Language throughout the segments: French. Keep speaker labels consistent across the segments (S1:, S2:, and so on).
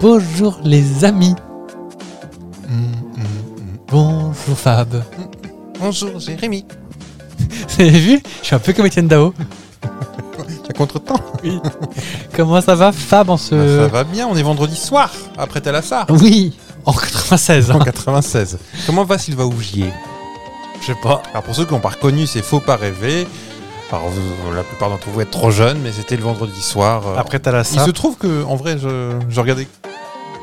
S1: Bonjour les amis. Bonjour Fab.
S2: Bonjour, c'est Rémi.
S1: Vous avez vu Je suis un peu comme Étienne Dao.
S2: T'as contre-temps Ah,
S1: Comment ça va Fab en ce...
S3: Bah,
S2: Ça va bien, on est vendredi soir, après Talassar,
S1: Oui, en 96.
S2: en
S1: hein.
S2: 96. Comment va Sylvain Ougier
S1: Je sais pas.
S2: Alors pour ceux qui n'ont pas reconnu, c'est Faux pas rêver. Alors vous- la plupart d'entre vous êtes trop jeunes, mais c'était le vendredi soir. euh,
S3: Après, t'as la
S2: il
S3: salle.
S2: se trouve que, en vrai, je, je regardais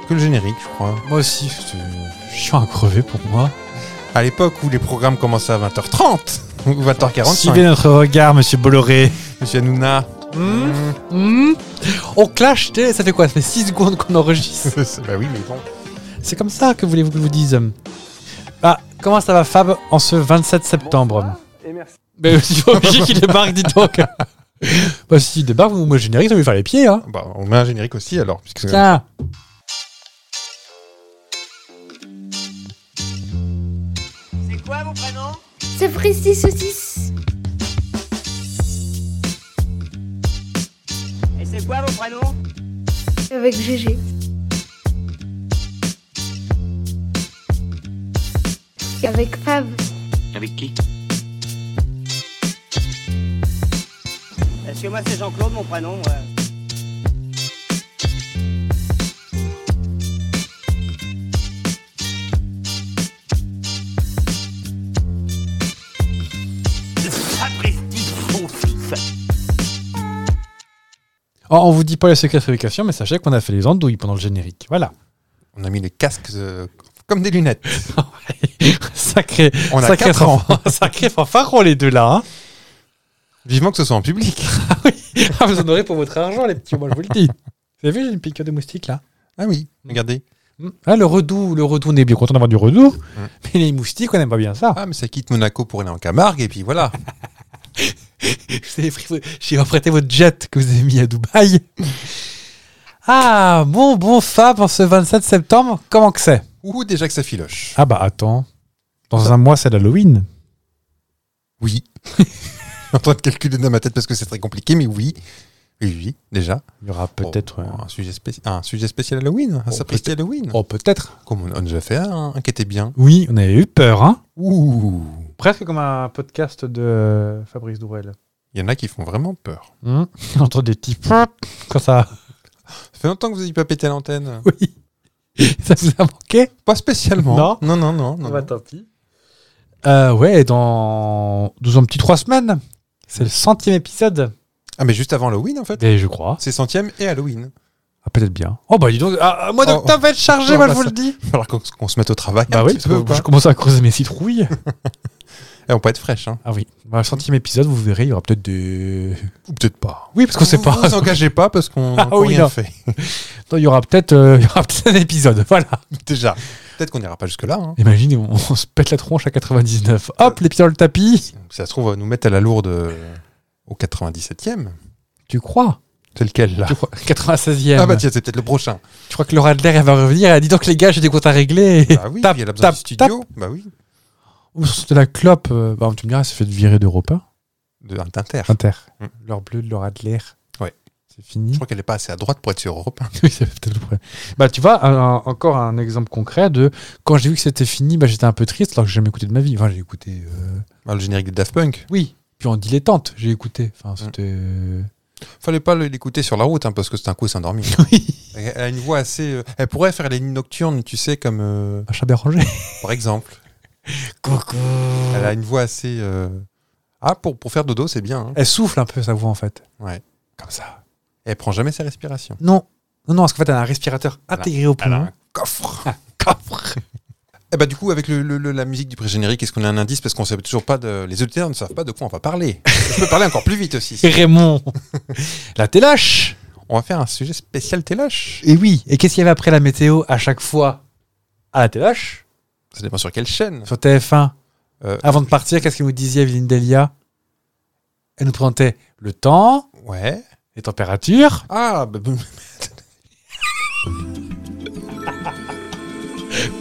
S2: que le générique, je crois.
S1: Moi aussi, je suis un crevé pour moi.
S2: À l'époque où les programmes commençaient à 20h30 ou 20h45.
S3: Suivez notre regard, monsieur Bolloré.
S2: Monsieur Hanouna.
S1: Hmm. On clash, t'es- ça fait quoi Ça fait 6 secondes qu'on enregistre.
S2: bah oui, mais bon.
S1: C'est comme ça que voulez-vous que je vous dise Ah, comment ça va Fab en ce 27 septembre Mais c'est pas obligé qu'il débarque, dis donc Bah s'il débarque, vous me générique, ça va lui faire les pieds, hein
S2: Bah, on met un générique aussi alors, puisque
S1: Tiens
S4: C'est quoi vos prénoms
S5: C'est Fristy Saucisse.
S4: Et c'est quoi vos prénoms
S5: Avec GG. Avec Fab.
S4: Avec qui Parce que moi c'est Jean-Claude mon prénom. ouais.
S1: Oh, On vous dit pas les secrets de fabrication, mais sachez qu'on a fait les andouilles pendant le générique. Voilà.
S2: on a mis les casques euh, comme des lunettes.
S1: Sacré,
S2: On a
S1: sacré,
S2: quatre ans.
S1: fanfaron- sacré fanfaron les deux là. Hein
S2: Vivement que ce soit en public.
S1: Ah, vous en aurez pour votre argent les petits, moi je vous le dis. Vous avez vu, j'ai une piqûre de moustique là.
S2: Ah oui, regardez.
S1: Ah, le redoux, le redoux, on est bien content d'avoir du redoux. Mais les moustiques, on n'aime pas bien ça.
S2: Ah, mais ça quitte Monaco pour aller en Camargue, et puis voilà.
S1: Je vous ai pris- J'ai emprunté votre jet que vous avez mis à Dubaï. Ah, bon, bon Fab, en ce 27 septembre, comment que c'est
S2: Ou déjà que ça filoche.
S1: Ah bah attends, dans un mois c'est l'Halloween.
S2: Oui. Je suis en train de calculer dans ma tête parce que c'est très compliqué, mais oui. Oui, oui, déjà.
S1: Il y aura peut-être...
S2: Oh,
S1: euh,
S2: un, sujet spéci- un sujet spécial Halloween. Un
S1: Oh,
S2: sapristi Halloween.
S1: Oh peut-être.
S2: Comme on a déjà fait un, un qui était bien.
S1: Oui, on avait eu peur, hein
S2: Ouh.
S3: Presque comme un podcast de Fabrice Dourel.
S2: Il y en a qui font vraiment peur.
S1: Hum, Entre des petits... Quand ça...
S2: Ça fait longtemps que vous n'avez pas pété à l'antenne
S1: Oui. Ça vous a manqué
S2: Pas spécialement.
S1: Non.
S2: non, non, non. non, non.
S3: tant pis.
S1: euh, Ouais, dans... dans un petit trois semaines. C'est le centième épisode.
S2: Ah, mais juste avant Halloween, en fait.
S1: Et je crois.
S2: C'est centième et Halloween.
S1: Ah, peut-être bien. Oh bah dis donc, ah, ah, mois
S2: Oh.
S1: d'octobre va être chargé,
S2: Oh,
S1: moi
S2: bah,
S1: je vous
S2: ça-
S1: le dis.
S2: Il va falloir qu'on qu'on se mette au travail.
S1: Bah
S2: un
S1: oui, parce
S2: petit peu, ou
S1: que
S2: pas
S1: je commence à creuser mes citrouilles.
S2: Eh, on peut être fraîche. Hein.
S1: ah oui. Bah, le centième épisode, vous verrez, il y aura peut-être des.
S2: Ou peut-être pas.
S1: Oui, parce qu'on sait
S2: Vous-
S1: pas.
S2: Vous vous engagez pas parce qu'on
S1: Ah
S2: qu'on
S1: oui,
S2: rien
S1: non.
S2: fait.
S1: Non, il y aura peut-être euh, il y aura peut-être un épisode. Voilà.
S2: Déjà. Peut-être qu'on n'ira pas jusque-là. hein.
S1: Imagine, on, on se pète la tronche à 99. Hop, les pieds dans le tapis.
S2: Si ça se trouve, on va nous mettre à la lourde euh, au 97e.
S1: Tu crois
S2: C'est lequel, là
S1: Tu crois 96e.
S2: Ah bah tiens, c'est peut-être le prochain.
S1: Je crois que Laura Adler, elle va revenir. Elle a dit donc, les gars, j'ai des comptes à régler.
S2: Bah oui,
S1: Tap,
S2: il y a besoin
S1: tap,
S2: du studio. Bah oui,
S1: Ou sur de la clope. euh, bah, tu me diras, elle s'est fait virer d'Europa.
S2: de d'Inter.
S1: Inter.
S2: Mm.
S1: L'or bleu de Laura Adler.
S2: Ouais.
S1: C'est fini.
S2: Je crois qu'elle est pas assez à droite pour être sur Europe. hein.
S1: Oui, c'est peut-être le problème. Bah, tu vois, un- un- encore un exemple concret de quand j'ai vu que c'était fini, bah, j'étais un peu triste alors que j'ai jamais écouté de ma vie. Enfin, j'ai écouté. euh,
S2: Ah, le générique de Daft Punk.
S1: Oui. Puis en dilettante, j'ai écouté.
S2: Mm.
S1: Enfin, c'était. euh,
S2: Fallait pas le- l'écouter sur la route, hein, parce que c'est un coup, c'est endormi.
S1: Oui.
S2: Elle a une voix assez... euh, Elle pourrait faire les nuits nocturnes, tu sais, comme... euh,
S1: Un chat dérangé.
S2: Par exemple.
S1: Coucou.
S2: Elle
S1: Elle,
S2: a une voix assez... euh, Ah, pour, pour faire dodo, c'est bien. hein.
S1: souffle un peu sa voix en fait.
S2: Ouais.
S1: Comme ça.
S2: Elle prend jamais ses respirations.
S1: Non. Non, non, parce qu'en fait, elle a un respirateur intégré au
S2: Elle a
S1: poumon.
S2: un coffre
S1: Coffre.
S2: Eh bah du coup, avec le, le- le- la musique du pré-générique, est-ce qu'on a un indice Parce qu'on sait toujours pas de... Les auditeurs ne savent pas de quoi on va parler. Je peux parler encore plus vite aussi.
S1: Et Raymond. la télache.
S2: On va faire un sujet spécial Téloche.
S1: Et oui. Et qu'est-ce qu'il y avait après la météo à chaque fois à la télache
S2: Ça dépend sur quelle chaîne.
S1: sur TF1.
S2: Euh,
S1: Avant de partir, qu'est-ce que vous disiez, Evelyne Delia Elle nous présentait le temps,
S2: Ouais.
S1: les températures.
S2: Ah, bah, bah,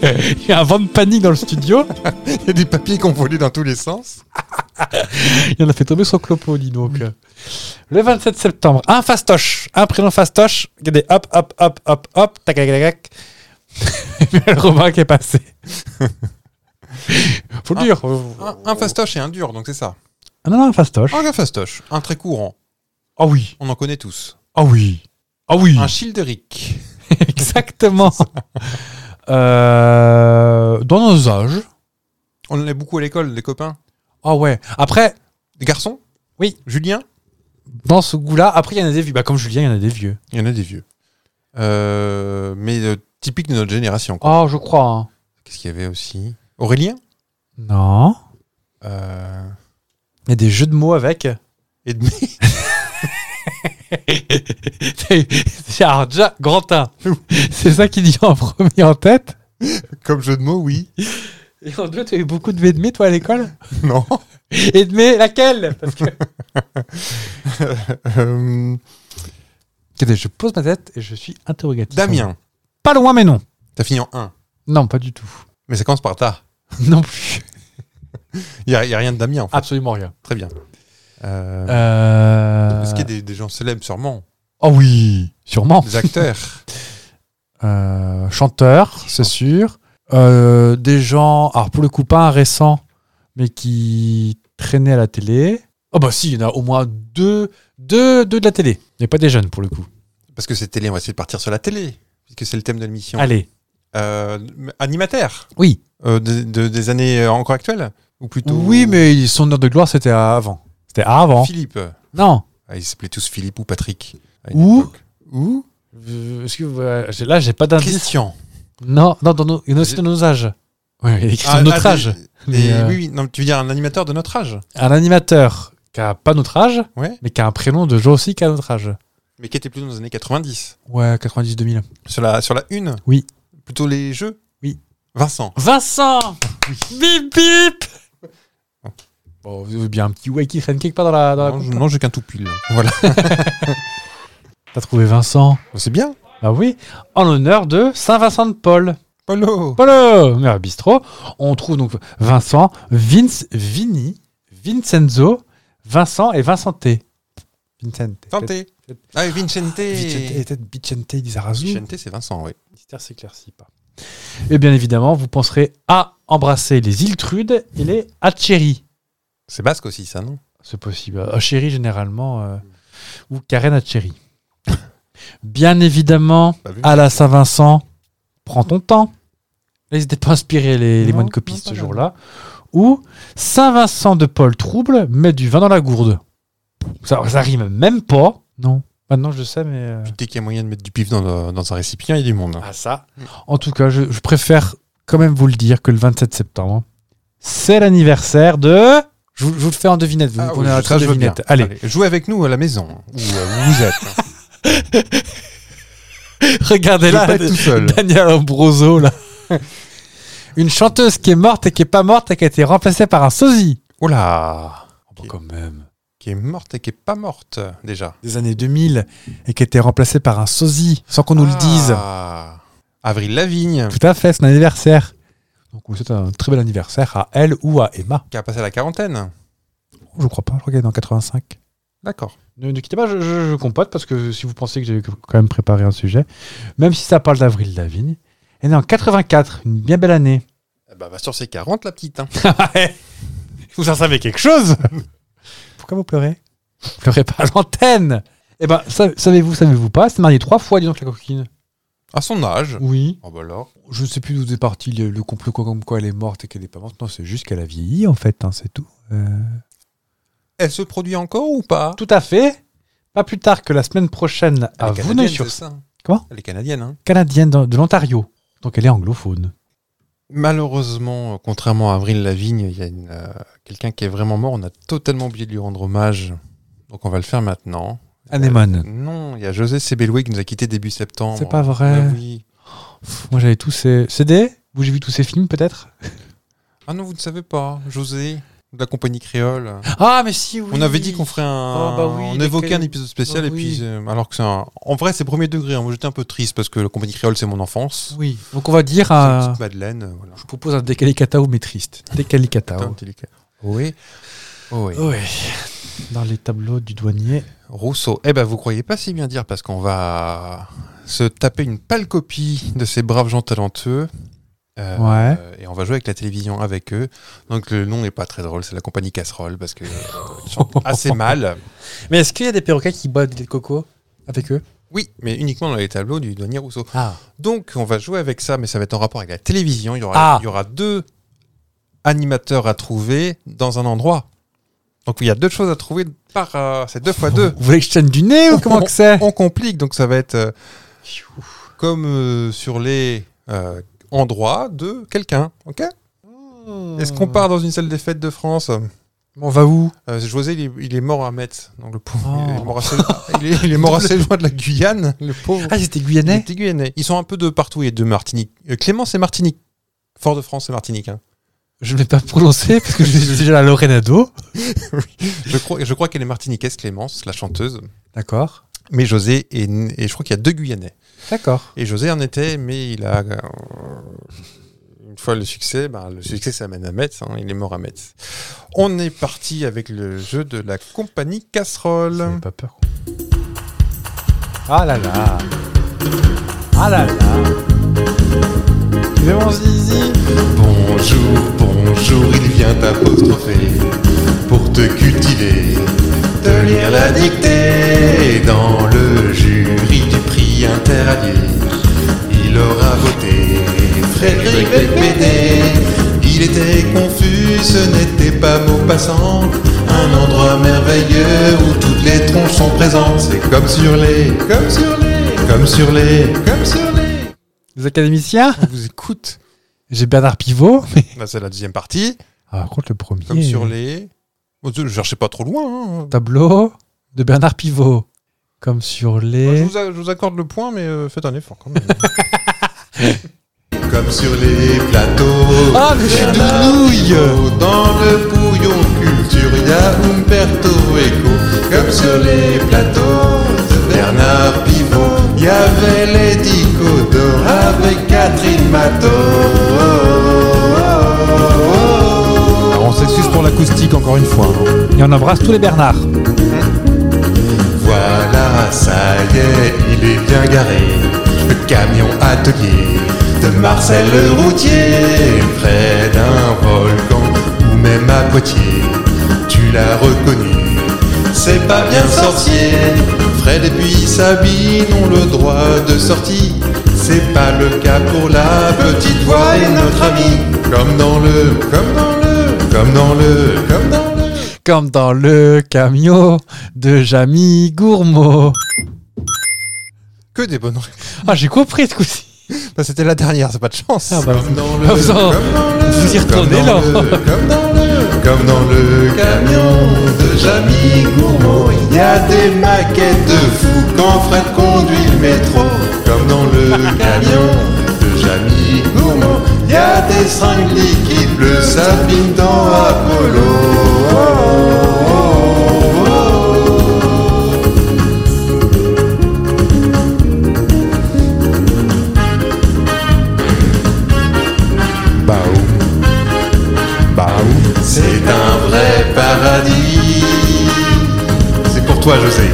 S1: Il y a un vent de panique dans le studio.
S2: il y a des papiers qui ont volé dans tous les sens.
S1: Il en a fait tomber son clopo, dis donc. Le 27 septembre, un fastoche, un prénom fastoche. Regardez, hop, hop, hop, hop, hop, tac, tac, tac, tac. Et puis, le Romain qui est passé. Faut le
S2: Ah.
S1: dire.
S2: Un, un fastoche et un dur, donc c'est ça.
S1: Ah non, non, un fastoche.
S2: Un fastoche, un très courant,
S1: Ah oui,
S2: on en connaît tous.
S1: ah oui, ah oui.
S2: Un childeric.
S1: Exactement. Euh, dans nos âges.
S2: On en a beaucoup à l'école, des copains.
S1: Ah ouais. Après,
S2: Des garçons
S1: Oui.
S2: Julien
S1: dans ce goût-là, après, il y en a des vieux. Bah, comme Julien, il y en a des vieux.
S2: Il y en a des vieux. Euh, mais euh, typique de notre génération. quoi.
S1: Oh, je crois. hein.
S2: Qu'est-ce qu'il y avait aussi Aurélien
S1: Non.
S2: Euh,
S1: Il y a des jeux de mots avec.
S2: Edmé
S1: C'est alors déjà Grantin. C'est ça qu'il dit en premier en tête.
S2: Comme jeu de mots, oui.
S1: Et en deux, tu as eu beaucoup de Vedmé, toi, à l'école
S2: Non.
S1: Vedmé, laquelle Parce que
S2: Euh,
S1: Attendez, je pose ma tête et je suis interrogatif.
S2: Damien.
S1: Pas loin, mais non.
S2: T'as fini en 1.
S1: Non, pas du tout.
S2: Mais ça commence par ta.
S1: Non plus.
S2: Il n'y a, il y a rien de Damien, en fait.
S1: Absolument rien.
S2: Très bien. Euh,
S1: Euh...
S2: Est-ce qu'il y a des, des gens célèbres, sûrement
S1: Oh oui, sûrement.
S2: Des acteurs
S1: Euh, chanteur, c'est sûr. Euh, des gens, alors pour le coup, pas un récent, mais qui traînaient à la télé. Oh bah si, il y en a au moins deux, deux, deux de la télé. Mais pas des jeunes pour le coup.
S2: Parce que c'est télé, on va essayer de partir sur la télé, puisque c'est le thème de l'émission.
S1: Allez,
S2: Euh, animateur
S1: oui.
S2: euh, de- de- Des années euh, encore actuelles Ou plutôt.
S1: Oui, mais son heure de gloire, c'était avant. C'était avant.
S2: Philippe.
S1: Non.
S2: Ah, ils s'appelaient tous Philippe ou Patrick. à une
S1: Ou-
S2: époque. Ou
S1: Est-ce que vous- euh, j'ai- là, j'ai pas d'indice.
S2: Christian.
S1: Non, non, dans nos, il y en a aussi dans nos âges. Oui, il y a des qui sont de notre
S2: ah,
S1: âge.
S2: des-
S1: Mais,
S2: des-
S1: euh,
S2: Oui, oui, non, mais tu veux dire un animateur de notre âge
S1: Un animateur qui a pas notre âge,
S2: Ouais.
S1: mais qui a un prénom de jeu aussi qui a notre âge.
S2: Mais qui était plutôt dans les années 90.
S1: Ouais, 90-2000.
S2: Sur la, sur la une
S1: Oui.
S2: Plutôt les jeux
S1: Oui.
S2: Vincent.
S1: Vincent Bip bip Bon, vous avez bien un petit ouais qui traîne quelque part dans la. Dans la
S2: Non,
S1: coupe.
S2: je- non, j'ai qu'un tout pile. Voilà.
S1: T'as trouvé Vincent
S2: C'est bien.
S1: Ah oui En l'honneur de Saint-Vincent de Paul.
S2: Polo.
S1: Paul Mais à bistrot, on trouve donc Vincent, Vince, Vini, Vincenzo, Vincent et Vincente. Vincente.
S2: Tentez. Ah, Vincente.
S1: Vicente, peut-être Vicente di Zarazu.
S2: Vincente, c'est Vincent, oui.
S1: Mystère s'éclaircit pas. Et Eh bien évidemment, vous penserez à embrasser les Iltrudes et les Hatcheri.
S2: C'est basque aussi, ça, non
S1: C'est possible. Euh, Chéri généralement, euh, ou Karen Chéri. Bien évidemment,
S2: Pas vu.
S1: à la Saint-Vincent, prends ton temps. Là, ils n'étaient pas inspirés, les, les
S2: Non,
S1: moines
S2: non,
S1: copistes,
S2: pas
S1: ce
S2: grave.
S1: jour-là. Ou Saint-Vincent de Paul Trouble met du vin dans la gourde. Ça, ça rime même pas. Non. Maintenant, je sais, mais. euh,
S2: Puis Dès qu'il y a moyen de mettre du pif dans, le- dans un récipient, il y a du monde.
S1: Ah, ça. En tout cas, je, je préfère quand même vous le dire que le 27 septembre, c'est l'anniversaire de. Je vous, je vous le fais en devinette. Vous, vous prenez la
S2: ça, Ah je veux bien.
S1: devinette. Allez.
S2: jouez avec nous à la maison, où euh, vous êtes. Je
S1: Regardez
S2: veux
S1: là,
S2: pas être tout seul.
S1: Daniel Ambroso là. Une chanteuse qui est morte et qui est pas morte et qui a été remplacée par un sosie.
S2: Oh là bah,
S1: Oh, quand même.
S2: Qui est morte et qui est pas morte, déjà.
S1: Des années 2000 et qui a été remplacée par un sosie sans qu'on nous le dise.
S2: Ah. Avril Lavigne,
S1: Tout à fait, son anniversaire. Donc on lui souhaite un très bel anniversaire à elle ou à Emma.
S2: qui a passé la quarantaine.
S1: Je crois pas, je crois qu'elle est en 85.
S2: D'accord.
S1: Ne, ne quittez pas, je, je, je compote parce que si vous pensez que j'ai quand même préparé un sujet, même si ça parle d'Avril Lavigne, elle est née en 84, une bien belle année.
S2: Eh Bah, va sur ses 40, la petite. hein.
S1: Vous en savez quelque chose Pourquoi vous pleurez Vous pleurez pas à l'antenne Eh ben, sa- savez-vous, savez-vous pas, c'est marié trois fois, dis donc, la coquine.
S2: À son âge.
S1: Oui.
S2: Oh bah alors.
S1: Euh, Je ne sais plus d'où est parti le, le complot quoi- comme quoi elle est morte et qu'elle n'est pas morte. Non, c'est juste qu'elle a vieilli, en fait, hein, c'est tout. Euh,
S2: Elle se produit encore ou pas
S1: Tout à fait. Pas plus tard que la semaine prochaine à
S2: Elle est canadienne, c'est
S1: Vouneuil-sur-Seine,
S2: ça hein.
S1: Comment
S2: Elle est canadienne, hein.
S1: canadienne de, de l'Ontario. Donc elle est anglophone.
S2: Malheureusement, euh, contrairement à Avril Lavigne, il y a une, euh, quelqu'un qui est vraiment mort. On a totalement oublié de lui rendre hommage. Donc on va le faire maintenant.
S1: Anémone.
S2: Non, il y a José Sebeloué qui nous a quitté début septembre.
S1: C'est pas
S2: Ah
S1: vrai.
S2: oui.
S1: Pff, Moi, j'avais tous ces CD. Vous, j'ai vu tous ces films, peut-être
S2: Ah non, vous ne savez pas. José, de la compagnie créole.
S1: Ah, mais si, oui.
S2: On avait dit qu'on ferait un.
S1: Oh, bah oui,
S2: on
S1: les
S2: évoquait
S1: créoles.
S2: un épisode spécial,
S1: Oh,
S2: et puis.
S1: oui.
S2: euh, alors que c'est un. En vrai, c'est premier degré. hein. Moi, j'étais un peu triste parce que la compagnie créole, c'est mon enfance.
S1: Oui. Donc, on va dire
S2: C'est
S1: un.
S2: une petite Madeleine, euh, voilà.
S1: Je propose un décalicatao mais triste. Décalicatao.
S2: Putain, délicat. Oui.
S6: Ah Oh oui.
S1: Oui.
S3: Dans les tableaux du douanier.
S6: Rousseau. Eh ben, vous croyez pas si bien dire parce qu'on va se taper une pâle copie de ces braves gens talentueux. Euh,
S3: Ouais.
S6: Et on va jouer avec la télévision avec eux. Donc le nom n'est pas très drôle, c'est la compagnie casserole parce que euh, ils chantent assez mal.
S1: Mais est-ce qu'il y a des perroquets qui boivent du lait de coco avec eux
S6: Oui, mais uniquement dans les tableaux du douanier Rousseau.
S1: Ah.
S6: Donc on va jouer avec ça, mais ça va être en rapport avec la télévision. Il y aura,
S1: Ah.
S6: il y aura deux animateurs à trouver dans un endroit. Donc il y a deux choses à trouver par euh, c'est deux fois deux.
S1: Vous voulez que je tienne du nez ou comment que c'est
S6: on complique, donc ça va être euh, comme euh, sur les euh, endroits de quelqu'un, ok Est-ce
S1: Hmm.
S6: qu'on part dans une salle des fêtes de France
S1: On va où
S6: Euh, José, il est, il est mort à Metz, donc le pauvre,
S1: Oh.
S6: il est mort assez, il est- il est mort assez loin de la Guyane, le pauvre.
S1: Ah, c'était
S6: Il
S1: Guyanais
S6: était Guyanais. Ils sont un peu de partout, et de Martinique. Euh, Clémence et Martinique. Fort-de-France et Martinique. hein.
S1: Je ne vais pas prononcer parce que je suis déjà à Lorenado.
S6: Je crois, je crois qu'elle est martiniquaise, Clémence, la chanteuse.
S1: D'accord.
S6: Mais José est, n- et je crois qu'il y a deux Guyanais.
S1: D'accord.
S6: Et José en était, mais il a. euh, Une fois le succès, ben, le succès, ça mène à Metz. hein, il est mort à Metz. On est parti avec le jeu de la compagnie casserole.
S3: J'avais pas peur.
S1: Ah là là. Ah là là.
S3: C'est mon zizi
S2: Bonjour, bonjour, il vient t'apostropher pour te cultiver, te lire la dictée. Dans le jury du prix interallié, il aura voté Frédéric Becbédé. Il était confus, ce n'était pas mot passant. Un endroit merveilleux où toutes les tronches sont présentes. C'est comme sur les, comme sur les, comme sur les, comme sur les.
S1: Les académiciens
S6: On vous écoute.
S1: J'ai Bernard Pivot. mais-
S6: Là, c'est la deuxième partie.
S3: Ah, par contre, le premier.
S6: Comme sur les. Oh, Je cherchais pas trop loin. hein.
S1: Tableau de Bernard Pivot. Comme sur
S6: Je,
S1: les.
S6: vous a- je vous accorde le point, mais euh, faites un effort quand même.
S2: Comme sur les plateaux.
S1: Ah, mais je suis
S2: de Dans le bouillon culture, il y a Umberto Eco. Comme sur les plateaux de Bernard Pivot, il y avait Lady Codor avec Catherine Matteau.
S6: Alors, on s'excuse pour l'acoustique encore une fois. hein.
S1: Et on embrasse tous les Bernards.
S2: Voilà, ça y est, il est bien garé. Le camion atelier de Marcel le routier, près d'un volcan ou même à Poitiers, tu l'as reconnu. C'est pas bien sorcier, Fred et puis Sabine ont le droit de sortie. C'est pas le cas pour la petite voix et notre ami. Comme dans le, comme dans le, comme dans le, comme dans le.
S1: Comme dans le camion de Jamie Gourmaud.
S6: Que des bonnes réponses.
S1: Ah, j'ai compris ce coup-ci.
S6: Bah, C'était la dernière, c'est pas de chance.
S1: Ah, bah,
S2: Comme dans le,
S1: Ah, vous en-
S2: comme dans le-
S1: vous y retournez,
S2: comme dans
S1: là.
S2: le- Comme dans le, comme dans le camion de Jamie Gourmaud, il y a des maquettes de fous quand Fred conduit le métro. Comme dans le camion de Jamie Gourmaud, il y a des seringues liquides bleues, Sabine dans Apollo.
S6: Bah
S2: Baou, baou, c'est un vrai paradis. C'est pour toi, José.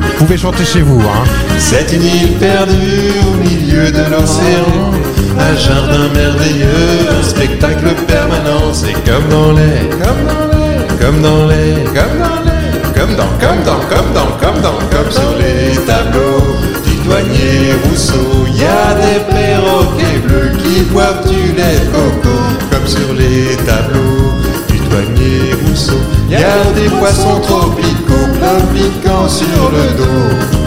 S6: Vous pouvez chanter chez vous. Hein.
S2: C'est une île perdue au milieu de l'océan. Un jardin merveilleux, un spectacle permanent. C'est comme dans les, comme dans les, comme dans les, comme dans les, comme dans, comme dans, comme dans, comme dans, comme sur les tableaux du douanier Rousseau. Y a des perroquets bleus qui boivent du lait de coco, comme sur les tableaux du douanier Rousseau. Y a des poissons tropicaux, plein piquant sur le dos.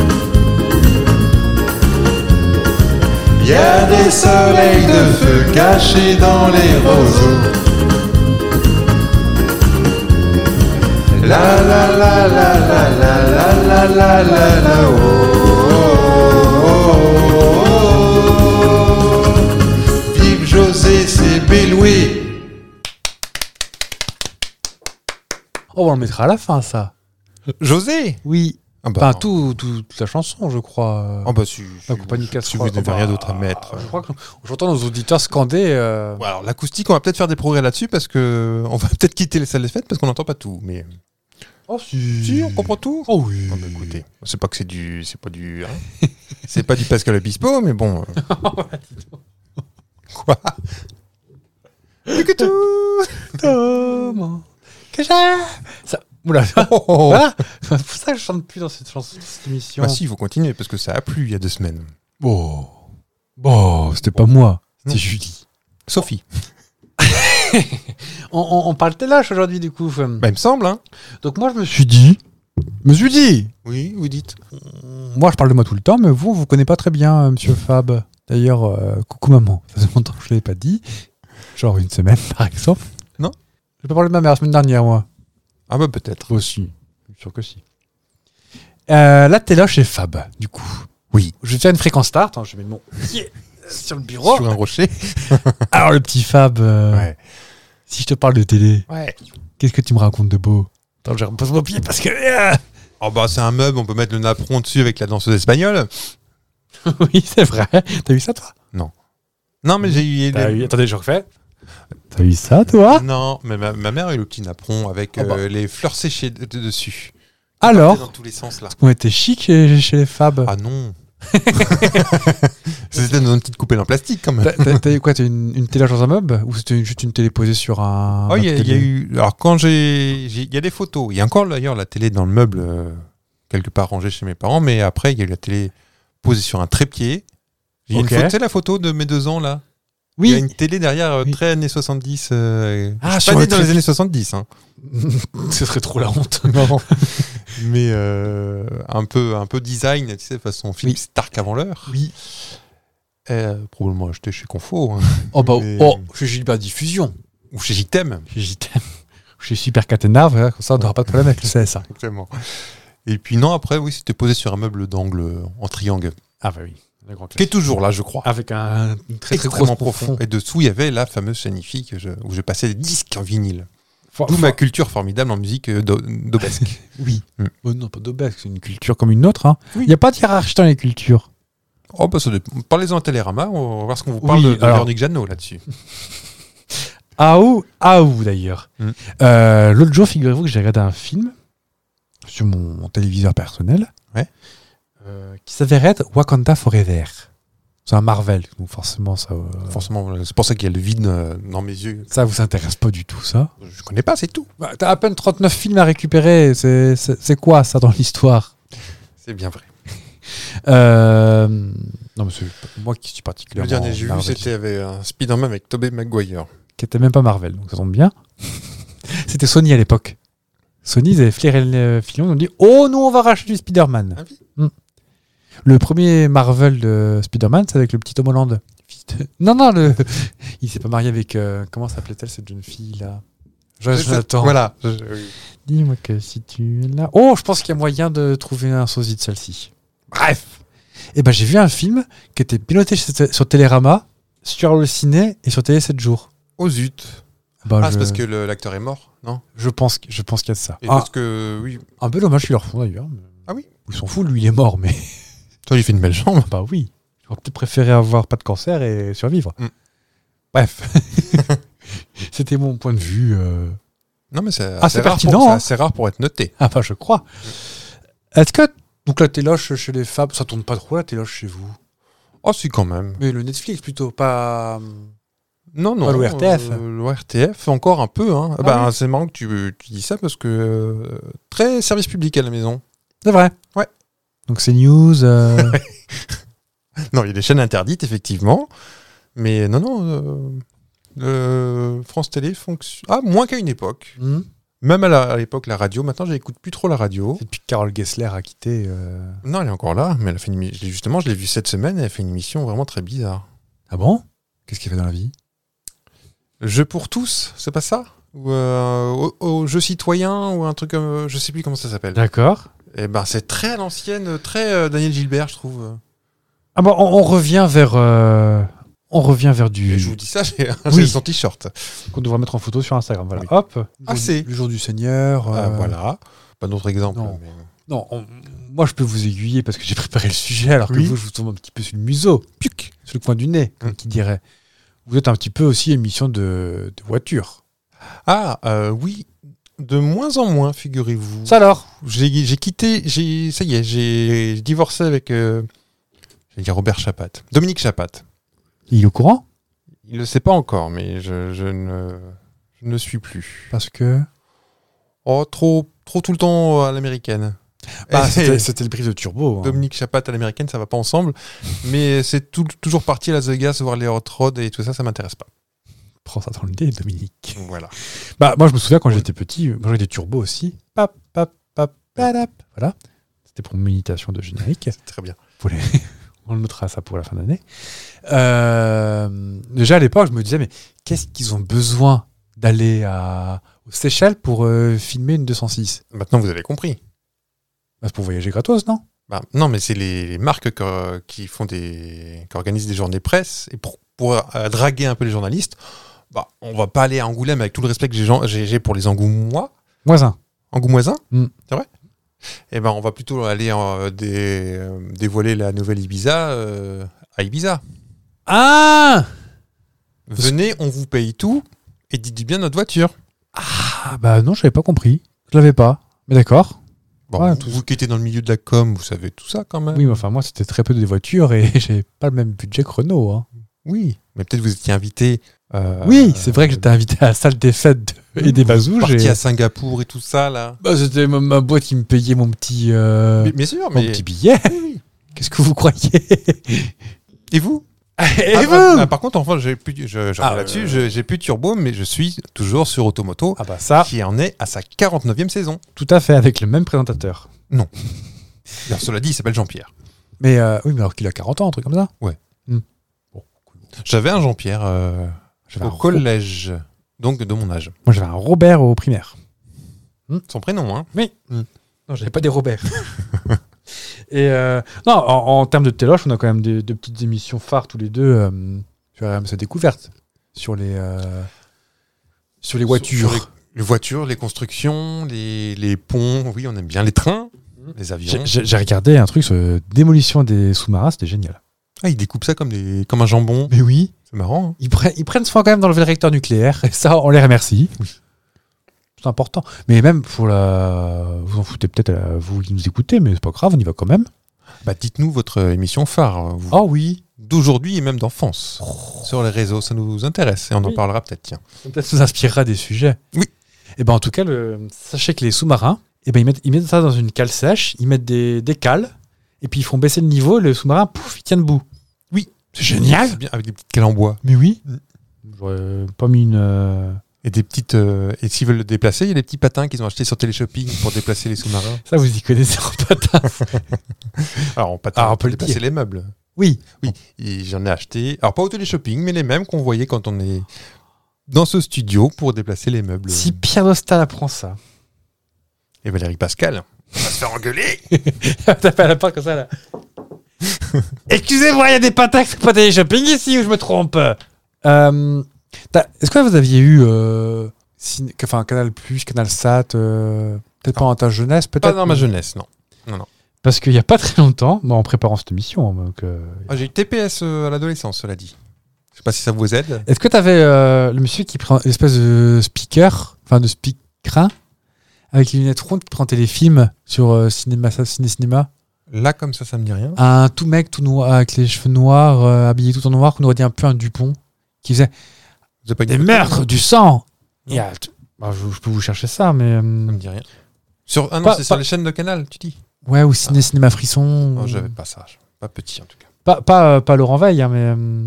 S2: Y a des soleils de feu cachés dans les roseaux. La la la la la la la la la la la oh, oh, oh, oh, oh. Vive José, c'est Béloué.
S1: Oh, on le mettra à la fin, ça.
S6: José
S1: Oui.
S6: Ah bah,
S1: Enfin, tout, tout- toute la chanson, je crois.
S6: ah bah, si,
S1: la
S6: si-
S1: compagnie
S6: si
S1: casserole.
S6: vous n'avez
S1: Enfin,
S6: rien d'autre à mettre.
S1: Je crois que j'entends nos auditeurs scander. euh,
S6: Bon, alors l'acoustique, on va peut-être faire des progrès là-dessus parce que on va peut-être quitter les salles des fêtes parce qu'on n'entend pas tout. Mais euh,
S1: Oh, si.
S6: si, on comprend tout.
S1: Oh oui.
S6: Ah bah, écoutez, c'est pas que c'est du, c'est pas du, hein. c'est pas du Pascal Obispo, mais bon. euh. Quoi Plus que tout.
S1: Comment que j'aime ça... Oula,
S6: Oh, oh, oh.
S1: voilà C'est pour ça que je chante plus dans cette chanson, cette émission.
S6: Bah si, il faut continuer parce que ça a plu il y a deux semaines.
S1: Bon, bon c'était pas moi,
S6: Non.
S1: Julie.
S6: Sophie.
S1: On, on, on parle tel lâche aujourd'hui, du coup.
S6: Bah, il me semble, hein.
S1: Donc moi, je me suis dit... Je me suis dit
S6: Oui, vous dites.
S1: Moi, je parle de moi tout le temps, mais vous, on vous connaissez pas très bien, euh, monsieur Fab. D'ailleurs, euh, coucou maman. Ça fait longtemps que je ne l'ai pas dit. Genre une semaine, par exemple.
S6: Non.
S1: Je pas parlé de ma mère la semaine dernière, moi.
S6: Ah bah peut-être.
S1: aussi. Sûr que si. Euh, là, t'es là chez Fab, du coup.
S6: Oui.
S1: Je vais faire une fréquence start. hein, je mets mon pied sur le bureau.
S6: Sur un rocher.
S1: Alors, le petit Fab, euh,
S6: Ouais.
S1: si je te parle de télé,
S6: Ouais.
S1: qu'est-ce que tu me racontes de beau Attends, je repose mon pied parce que.
S6: Oh bah c'est un meuble, on peut mettre le napperon dessus avec la danseuse espagnole.
S1: oui, c'est vrai. T'as vu ça, toi
S6: Non mais j'ai eu.
S1: Attendez, je refais. T'as vu ça, toi
S6: Non, mais ma, ma mère a eu le petit napperon avec
S1: Oh ah. bah.
S6: euh, les fleurs séchées de- de- dessus.
S1: Alors
S6: Dans tous les sens là.
S1: On était chic chez, chez les Fab.
S6: Ah non C'était dans une petite coupelle en plastique quand même.
S1: T'as- T'as t'as eu quoi T'as eu une, une télé dans un meuble Ou c'était juste une télé posée sur un.
S6: Oh, il y, a-
S1: un
S6: il y a
S1: télé
S6: eu. Alors quand j'ai. j'ai- Il y a des photos. Il y a encore d'ailleurs la télé dans le meuble, euh, quelque part rangée chez mes parents, mais après il y a eu la télé posée sur un trépied. Il y a une
S1: Ok.
S6: photo- Tu sais la photo de mes deux ans là Il y a
S1: Oui
S6: une télé derrière euh,
S1: Oui.
S6: très années 70. euh,
S1: Ah,
S6: je suis
S1: sur
S6: pas né
S1: le
S6: dans les
S1: trépied.
S6: années 70. hein.
S1: Ce serait trop la honte.
S6: mais euh, un, peu, un peu design, tu sais, façon film
S1: Oui.
S6: Stark avant l'heure.
S1: Oui.
S6: Euh, probablement acheté chez Confo hein,
S1: Oh, bah,
S6: Mais-
S1: oh, chez Gilbert Diffusion.
S6: ou chez JTM.
S1: Chez JTM. Chez Super Caténard, voilà, comme ça, on n'aura pas de problème avec le CSA.
S6: Exactement. Et puis non, après, oui, c'était posé sur un meuble d'angle euh, en triangle,
S1: Ah, bah oui.
S6: qui est toujours là, je crois.
S1: Avec un une très très
S6: Extrêmement
S1: gros profond.
S6: Et dessous, il y avait la fameuse chaîne IFI que je- où je passais des disques en vinyle.
S1: Faut-
S6: D'où
S1: faut-
S6: ma culture formidable en musique euh, d'o- d'obesque.
S1: Oui.
S6: Mm.
S1: Oh non, pas d'obèse, c'est une culture comme une autre. hein. Il
S6: Oui.
S1: n'y a pas de hiérarchie dans les cultures.
S6: oh, bah, ça dépend. Parlez-en à Télérama, on va voir ce qu'on vous
S1: Oui,
S6: parle de, de
S1: alors-
S6: Véronique Jeannot là-dessus.
S1: Aou, Aou d'ailleurs.
S6: Mm.
S1: Euh, L'autre jour, figurez-vous que j'ai regardé un film sur mon, mon téléviseur personnel
S6: Ouais.
S1: euh, qui s'avérait être Wakanda Forever. C'est un Marvel, donc forcément ça, euh,
S6: Forcément, c'est pour ça qu'il y a le vide euh, dans mes yeux.
S1: ça vous intéresse pas du tout ça.
S6: Je connais pas, c'est tout.
S1: Bah, T'as à peine 39 films à récupérer, c'est- c'est c'est quoi ça dans l'histoire
S6: C'est bien vrai.
S1: Euh, Non mais c'est pas- moi qui suis particulièrement...
S6: Le dernier que j'ai vu,
S1: Marvel.
S6: c'était avec un Spider-Man avec Tobey Maguire.
S1: qui était même pas Marvel, donc ça tombe bien. C'était Sony à l'époque. Sony, ils avaient flairé le filon, ils ont dit Oh, nous, on va racheter du Spider-Man.
S6: Ah
S1: Mm. Le premier Marvel de Spider-Man, c'est avec le petit Tom Holland. Fils de- Non, non, le... il s'est pas marié avec. euh, Comment s'appelait-elle cette jeune fille-là Jo- Euh, Jonathan. Euh,
S6: Voilà.
S1: Dis-moi que si tu es là. Oh, je pense qu'il y a moyen de trouver un sosie de celle-ci. Bref. Eh ben, j'ai vu un film qui était piloté chez- sur Télérama, sur le ciné et sur Télé 7 jours.
S6: Oh zut.
S1: Bah,
S6: Ah, c'est
S1: je-
S6: parce que le- l'acteur est mort, non
S1: Je pense, que- je pense qu'il y a de ça.
S6: Et
S1: Ah,
S6: parce que, oui.
S1: un bel hommage qu'ils leur font d'ailleurs.
S6: Ah oui
S1: Ils s'en foutent, lui il est mort, mais
S6: Toi, il fait une belle jambe.
S1: bah oui. J'aurais peut-être préféré avoir pas de cancer et survivre.
S6: Mm.
S1: Bref. C'était mon point de vue. euh.
S6: Non, mais c'est
S1: Ah, c'est
S6: rare
S1: pertinent,
S6: pour-
S1: hein.
S6: C'est rare pour être noté.
S1: Ah bah je crois. Est-ce que. Donc la téloche chez les femmes, ça tourne pas trop la téloche chez vous.
S6: Oh, si, quand même.
S1: Mais le Netflix plutôt, pas. euh,
S6: Non, non.
S1: Ah, le RTF.
S6: euh, le RTF, encore un peu. Hein.
S1: Ah
S6: Bah, C'est marrant que tu, tu dis ça parce que. euh, très service public à la maison.
S1: C'est vrai.
S6: Ouais.
S1: Donc c'est news. euh,
S6: Non, il y a des chaînes interdites, effectivement. Mais non, non. euh, le France Télé fonctionne. Ah, moins qu'à une époque.
S1: hmm.
S6: Même à la- à l'époque, la radio. Maintenant, j'écoute plus trop la radio.
S1: C'est Depuis que Carole Gessler a quitté. euh.
S6: Non, elle est encore là, mais elle a fait une émi- je l'ai- justement, je l'ai vue cette semaine, elle a fait une émission vraiment très bizarre.
S1: Ah bon Qu'est-ce qu'il fait dans la vie
S6: Le Jeu pour tous, c'est pas ça Ou euh, au, au jeu citoyen, ou un truc comme. euh, Je sais plus comment ça s'appelle.
S1: D'accord.
S6: Eh ben, c'est très à l'ancienne, très euh, Daniel Gilbert, je trouve.
S1: Ah bah, on, on revient vers. euh, On revient vers
S6: Et
S1: du.
S6: je vous dis ça, j'ai
S1: Oui.
S6: j'ai son t-shirt.
S1: qu'on devra mettre en photo sur Instagram. Voilà.
S6: Oui.
S1: Hop.
S6: Ah,
S1: Le jour du-
S6: c'est-
S1: Le jour du Seigneur.
S6: Ah,
S1: euh,
S6: voilà. Pas d'autre exemple.
S1: non.
S6: mais-
S1: Non, on- moi je peux vous aiguiller parce que j'ai préparé le sujet alors que
S6: Oui.
S1: vous, je vous tombe un petit peu sur le museau, puc, sur le coin du nez, comme
S6: Mm.
S1: qui dirait. Vous êtes un petit peu aussi émission de, de voiture.
S6: Ah, euh, oui, de moins en moins, figurez-vous.
S1: Ça alors
S6: J'ai j'ai quitté, j'ai- ça y est, j'ai divorcé avec euh, j'allais dire Robert Chapat, Dominique Chapat.
S1: Il est au courant
S6: Il le sait pas encore, mais je, je ne, je ne le suis plus.
S1: Parce que.
S6: Oh, trop, trop tout le temps à l'américaine.
S1: Bah,
S6: Et-
S1: c'était c'était le brief de Turbo. hein.
S6: Dominique Chapat à l'américaine, ça va pas ensemble. mais c'est tout- toujours parti à Las Vegas voir les hot rods et tout ça, ça m'intéresse pas.
S1: Prends ça dans le nez, Dominique.
S6: Voilà.
S1: Bah, moi, je me souviens quand j'étais petit, moi j'avais des turbos aussi. Pap, pap, pap, padap. Voilà. C'était pour mon imitation de générique.
S6: C'est très bien.
S1: Pour les- On notera ça pour la fin d'année. Euh, déjà à l'époque, je me disais, mais qu'est-ce qu'ils ont besoin d'aller à... aux Seychelles pour euh, filmer une 206
S6: Maintenant, vous avez compris.
S1: Bah, C'est pour voyager gratos, non
S6: Bah, non, mais c'est les, les marques que- qui font des, qui organisent des journées presse et pour, pour, euh, draguer un peu les journalistes. Bah, on va pas aller à Angoulême avec tout le respect que j'ai- j'ai j'ai pour les Angoumois,
S1: Moisin.
S6: Angoumoisins,
S1: Mm.
S6: c'est vrai. Et ben, on va plutôt aller euh, dé- euh, dévoiler la nouvelle Ibiza euh, à Ibiza.
S1: Ah
S6: Venez, on vous paye tout et dites bien notre voiture.
S1: Ah bah non, je n'avais pas compris. Je l'avais pas. Mais d'accord.
S6: Bon,
S1: Ouais,
S6: vous, vous qui étiez dans le milieu de la com, vous savez tout ça quand même.
S1: Oui, mais enfin, moi, c'était très peu des voitures et j'ai pas le même budget que Renault. hein.
S6: Oui. Mais peut-être vous étiez invité. euh,
S1: oui, c'est vrai que j'étais invité à la salle des fêtes de- et des bazouges.
S6: Parti
S1: et-
S6: à Singapour et tout ça là.
S1: Bah, c'était ma, ma boîte qui me payait mon petit, euh,
S6: Mais, bien sûr,
S1: mon
S6: mais
S1: petit billet. Qu'est-ce que vous croyez
S6: Et vous
S1: Et
S6: Ah,
S1: vous
S6: ah, ah, Par contre, enfin, j'ai plus, je, je reviens
S1: Ah,
S6: là-dessus,
S1: euh.
S6: je- j'ai plus de turbo, mais je suis toujours sur Automoto,
S1: Ah bah ça,
S6: qui en est à sa 49e saison.
S1: tout à fait, avec le même présentateur.
S6: Alors, cela dit, il s'appelle Jean-Pierre.
S1: Mais euh, oui, mais alors qu'il a 40 ans, un truc comme ça.
S6: J'avais un Jean-Pierre euh,
S1: J'avais
S6: au
S1: un Ro-
S6: collège, donc de mon âge.
S1: Moi, j'avais un Robert au primaire.
S6: Son prénom, hein
S1: Non, j'avais pas des Robert. et euh, non, en, en termes de téloche, on a quand même des, deux petites émissions phares tous les deux euh, sur RMC Découverte, sur les, euh, sur les voitures.
S6: Sur les, les voitures, les constructions, les, les ponts, oui, on aime bien les trains, les avions.
S1: Mhm. J'ai- J'ai j'ai regardé un truc sur euh, démolition des sous-marins, c'était génial.
S6: Ah, ils découpent ça comme, des, comme un jambon.
S1: Mais oui,
S6: C'est marrant. hein.
S1: ils, pre- ils prennent soin quand même dans le réacteur nucléaire, et ça, on les remercie. C'est important. Mais même pour la. Vous en foutez peut-être, euh, vous qui nous écoutez, mais c'est pas grave, on y va quand même.
S6: Bah, Dites-nous votre émission phare euh, vous-
S1: Ah oui
S6: d'aujourd'hui et même d'enfance sur les réseaux. Ça nous intéresse et on en
S1: Oui.
S6: parlera peut-être. Tiens.
S1: Peut-être ça nous inspirera des sujets.
S6: Oui.
S1: Et ben en tout cas, le- sachez que les sous-marins, eh ben, ils, mettent, ils mettent ça dans une cale sèche, ils mettent des, des cales, et puis ils font baisser le niveau, le sous-marin, pouf, il tient debout. Oui. Mm. C'est génial
S6: C'est bien, avec des petites cales en bois.
S1: Mais oui J'aurais pas mis une. euh,
S6: Et des petites. euh, et s'ils veulent le déplacer, il y a des petits patins qu'ils ont achetés sur Téléshopping pour déplacer les sous-marins.
S1: Ça, vous y connaissez en patin.
S6: Alors, en patin,
S1: Ah, on
S6: on
S1: peut
S6: peut
S1: le
S6: déplacer
S1: dire.
S6: les meubles.
S1: Oui.
S6: Oui, et j'en ai acheté. Alors, pas au Téléshopping, mais les mêmes qu'on voyait quand on est dans ce studio pour déplacer les meubles.
S1: Si Pierre Dostal apprend ça.
S6: Et Valérie Pascal. On va se faire engueuler
S1: Taper à la porte comme ça, là. Excusez-moi, il y a des patins qui font pas télé-shopping ici ou je me trompe Euh, t'as- Est-ce que vous aviez eu. euh, cin- que- Enfin, Canal Plus, Canal Sat, euh, peut-être pas dans ta jeunesse, peut-être
S6: Pas dans ma
S1: mais-
S6: jeunesse, Ah non.
S1: Parce qu'il n'y a pas très longtemps, moi, en préparant cette émission. donc, euh,
S6: Ah, J'ai eu TPS euh, à l'adolescence, cela dit. Je sais pas si ça vous aide.
S1: Est-ce que tu avais le monsieur qui prend l'espèce de speaker, enfin de speakerin, avec les lunettes rondes qui prend téléfilm sur euh, Cinéma, ça, Ciné Cinéma
S6: Là, comme ça, ça me dit rien.
S1: un tout mec tout noir avec les cheveux noirs euh, habillé tout en noir qu'on aurait dit un peu un Dupont qui faisait
S6: Vous avez pas une
S1: des
S6: photo
S1: meurtres du sang Et, euh, tu- bah, je, je peux vous chercher ça mais
S6: Ça
S1: euh,
S6: me dit rien. Sur, ah non,
S1: Pas-
S6: c'est sur
S1: pas- Hmm.
S6: les chaînes de canal, tu dis
S1: ouais ou ciné cinéma frisson
S6: Non,
S1: ou-
S6: j'avais pas ça. Pas petit, en tout cas.
S1: pas pas, euh, pas Laurent Veil hein, mais euh,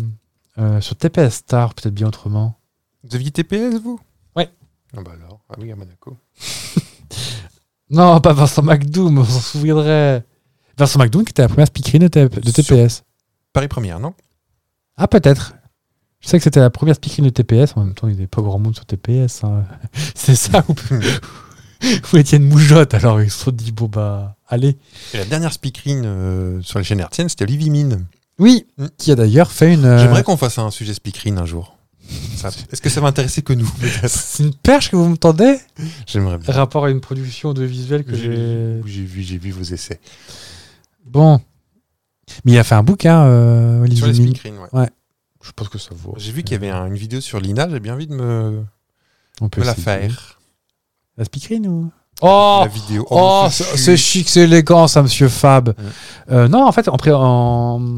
S1: euh, sur TPS Star peut-être bien autrement
S6: Vous aviez TPS, vous
S1: Ouais.
S6: Ah bah alors, ah oui, à Monaco.
S1: non pas Vincent McDoom on s'en souviendrait Vincent McDoom qui était la première speakerine de, T- de
S6: Sur-
S1: TPS
S6: Paris Première, non
S1: ah peut-être je sais que c'était la première speakerine de TPS en même temps il n'y avait pas grand monde sur TPS hein. c'est ça ou ou Étienne Moujotte. Alors ils se sont dit, bon bah, allez.
S6: Et la dernière speakerine euh, sur les chaînes hertziennes, c'était Olivier Mine.
S1: Oui,
S6: Mm.
S1: qui a d'ailleurs fait une. euh,
S6: J'aimerais qu'on fasse un sujet speakerine un jour. Ça- Est-ce que ça va intéresser que nous peut-être
S1: C'est une perche que vous me tendez
S6: J'aimerais bien.
S3: Rapport à une production audiovisuelle que j'ai.
S6: J'ai vu, j'ai vu vos essais.
S1: Bon. Mais il a fait un bouquin, euh,
S6: Sur
S1: Olivier
S6: les
S1: Mine.
S6: speakerines, ouais.
S1: Je pense que ça vaut.
S6: J'ai vu qu'il y avait un- une vidéo sur Lina, j'ai bien envie de me,
S1: On peut
S6: me la
S1: essayer.
S6: faire.
S1: La speakerine ou Oh
S6: la vidéo.
S1: Oh,
S6: mais
S1: c'est c'est chic, c'est élégant, ça, monsieur Fab. Euh, non, en fait, en, pré- en...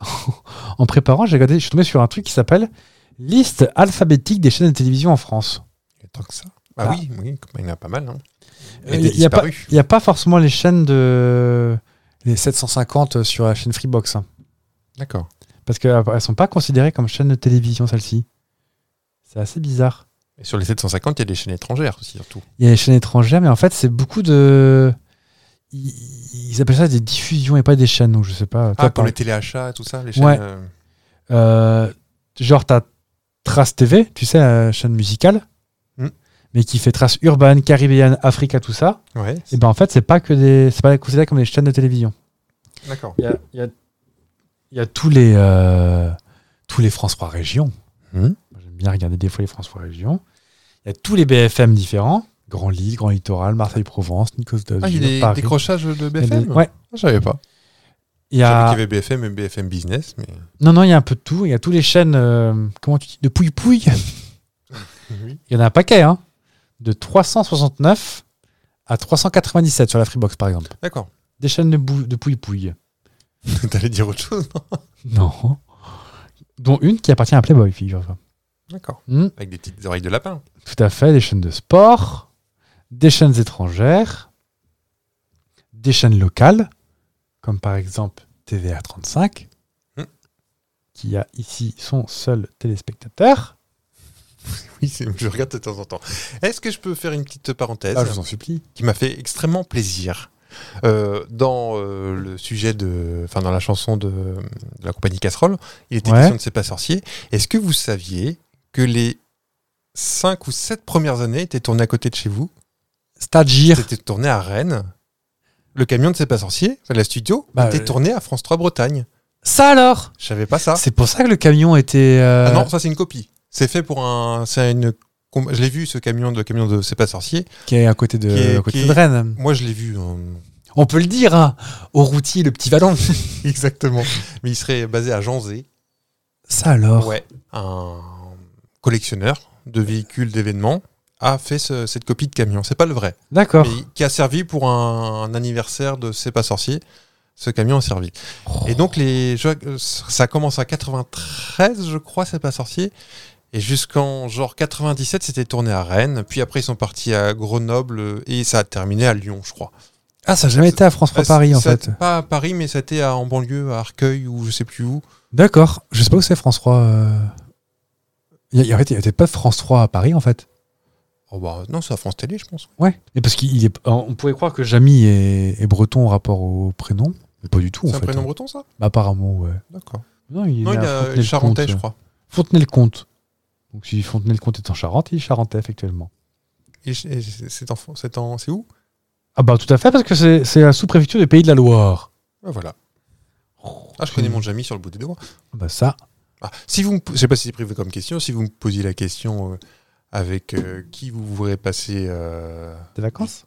S1: en préparant, j'ai regardé, je suis tombé sur un truc qui s'appelle Liste alphabétique des chaînes de télévision en France.
S6: Et Tant que ça. Ah,
S1: Ah.
S6: oui, oui, comme il y en a pas mal. Hein.
S1: Euh,
S6: Et
S1: Il
S6: des
S1: n'y a, pas-
S6: disparus.
S1: il y a pas forcément les chaînes de. les 750 sur la chaîne Freebox. hein.
S6: D'accord.
S1: parce qu'elles ne sont pas considérées comme chaînes de télévision, celles-ci. C'est assez bizarre.
S6: Et sur les 750, il y a des chaînes étrangères aussi, surtout.
S1: Il y a les chaînes étrangères, mais en fait, c'est beaucoup de. Ils ils appellent ça des diffusions et pas des chaînes, donc je sais pas.
S6: Ah,
S1: Toi,
S6: pour
S1: par-
S6: les téléachats, tout ça, les chaînes.
S1: Ouais.
S6: euh,
S1: Euh, genre, t'as Trace TV, tu sais, la chaîne musicale,
S6: Hmm.
S1: mais qui fait Trace Urban, Caribbean, Africa, tout ça.
S6: Ouais,
S1: Et ben en fait, c'est pas que des. C'est pas considéré comme des chaînes de télévision.
S6: d'accord.
S1: Il y a, il y a tous les. euh, tous les France 3 Régions.
S6: Hmm.
S1: Moi, J'aime bien regarder des fois les France 3 Régions. Il y a tous les BFM différents. Grand Lille, Grand Littoral, Marseille-Provence, Nikos d'Azur,
S6: Ah, il y a des
S1: Paris.
S6: décrochages de
S1: Il y a des-
S6: BFM
S1: Ouais,
S6: Ah, Je savais pas.
S1: il y
S6: Je savais
S1: a...
S6: qu'il y avait BFM et BFM Business, mais.
S1: Non, non, il y a un peu de tout. Il y a tous les chaînes, euh, comment tu dis, de pouille-pouille.
S6: Oui.
S1: Il y en a un paquet, hein. De 369 à 397 sur la Freebox, par exemple.
S6: D'accord.
S1: Des chaînes de, bou- de pouille-pouille.
S6: T'allais dire autre chose, non
S1: Non. Dont une qui appartient à Playboy, figure-toi.
S6: D'accord.
S1: Hmm.
S6: Avec des petites oreilles de lapin.
S1: Tout à fait, des chaînes de sport, des chaînes étrangères, des chaînes locales, comme par exemple TVA 35,
S6: Hmm.
S1: qui a ici son seul téléspectateur.
S6: Oui, c'est- je regarde de temps en temps. Est-ce que je peux faire une petite parenthèse
S1: Ah, je vous en supplie.
S6: qui m'a fait extrêmement plaisir Euh, dans euh, le sujet de, enfin dans la chanson de, de la compagnie Casserole, il était
S1: Ouais.
S6: question de C'est pas sorcier. Est-ce que vous saviez que les 5 ou 7 premières années étaient tournées à côté de chez vous
S1: Stagiaire.
S6: C'était tourné à Rennes. Le camion de C'est pas sorcier, enfin la studio,
S1: Bah,
S6: était
S1: euh,
S6: tourné à France 3 Bretagne.
S1: Ça alors
S6: Je savais pas ça.
S1: C'est pour ça que le camion était. euh,
S6: Ah non, ça c'est une copie. C'est fait pour un. C'est une. com- Je l'ai vu ce camion de camion de C'est pas sorcier.
S1: Qui est à côté de,
S6: Qui est-
S1: à côté
S6: qui
S1: de
S6: est-
S1: Rennes.
S6: Moi je l'ai vu. euh, en-
S1: On peut le dire, hein, au routier, le petit vallon.
S6: Exactement. Mais il serait basé à Janzé.
S1: Ça alors
S6: Ouais. Un collectionneur de véhicules d'événements a fait ce- cette copie de camion. C'est pas le vrai.
S1: D'accord.
S6: Mais qui a servi pour un, un anniversaire de C'est pas sorcier. Ce camion a servi. Et donc les jeux- euh, ça commence à 93, je crois, C'est pas sorcier. Et jusqu'en genre 97, c'était tourné à Rennes. Puis après, ils sont partis à Grenoble euh, et ça a terminé à Lyon, je crois.
S1: Ah, ça n'a jamais été à
S6: Ah,
S1: France-3 Paris, en
S6: ça-
S1: fait.
S6: Pas à Paris, mais c'était à- en banlieue, à Arcueil ou je sais plus où.
S1: D'accord. Je sais pas où c'est France-3. euh. Il n'y a, en fait, il y a peut-être pas France-3 à Paris, en fait.
S6: Oh bah non, c'est à France Télé, je pense.
S1: Ouais. Et parce qu'il est... hein, On pourrait croire que Jamy est, est breton en rapport au prénom. Mais pas du tout, en
S6: C'est un
S1: fait.
S6: prénom breton, ça
S1: Bah, apparemment, ouais.
S6: D'accord.
S1: Non, il,
S6: Non,
S1: est
S6: il
S1: à
S6: a
S1: Fontenay-le-Comte.
S6: Charentais, je crois.
S1: Fontenay-le-Comte. Donc si Fontenay-le-Comte est en Charente, il est Charentais, effectivement.
S6: Et ch- et C'est en, c'est en- c'est où
S1: Ah bah tout à fait, parce que c'est c'est la sous-préfecture des Pays de la Loire.
S6: Ah, Voilà. Ah, je
S1: Mmh.
S6: connais mon Jamy sur le bout des doigts.
S1: Oh, Bah ça,
S6: Ah, si vous, me po- je sais pas si c'est privé comme question, si vous me posiez la question euh, avec euh, qui vous voudrez passer euh,
S1: des vacances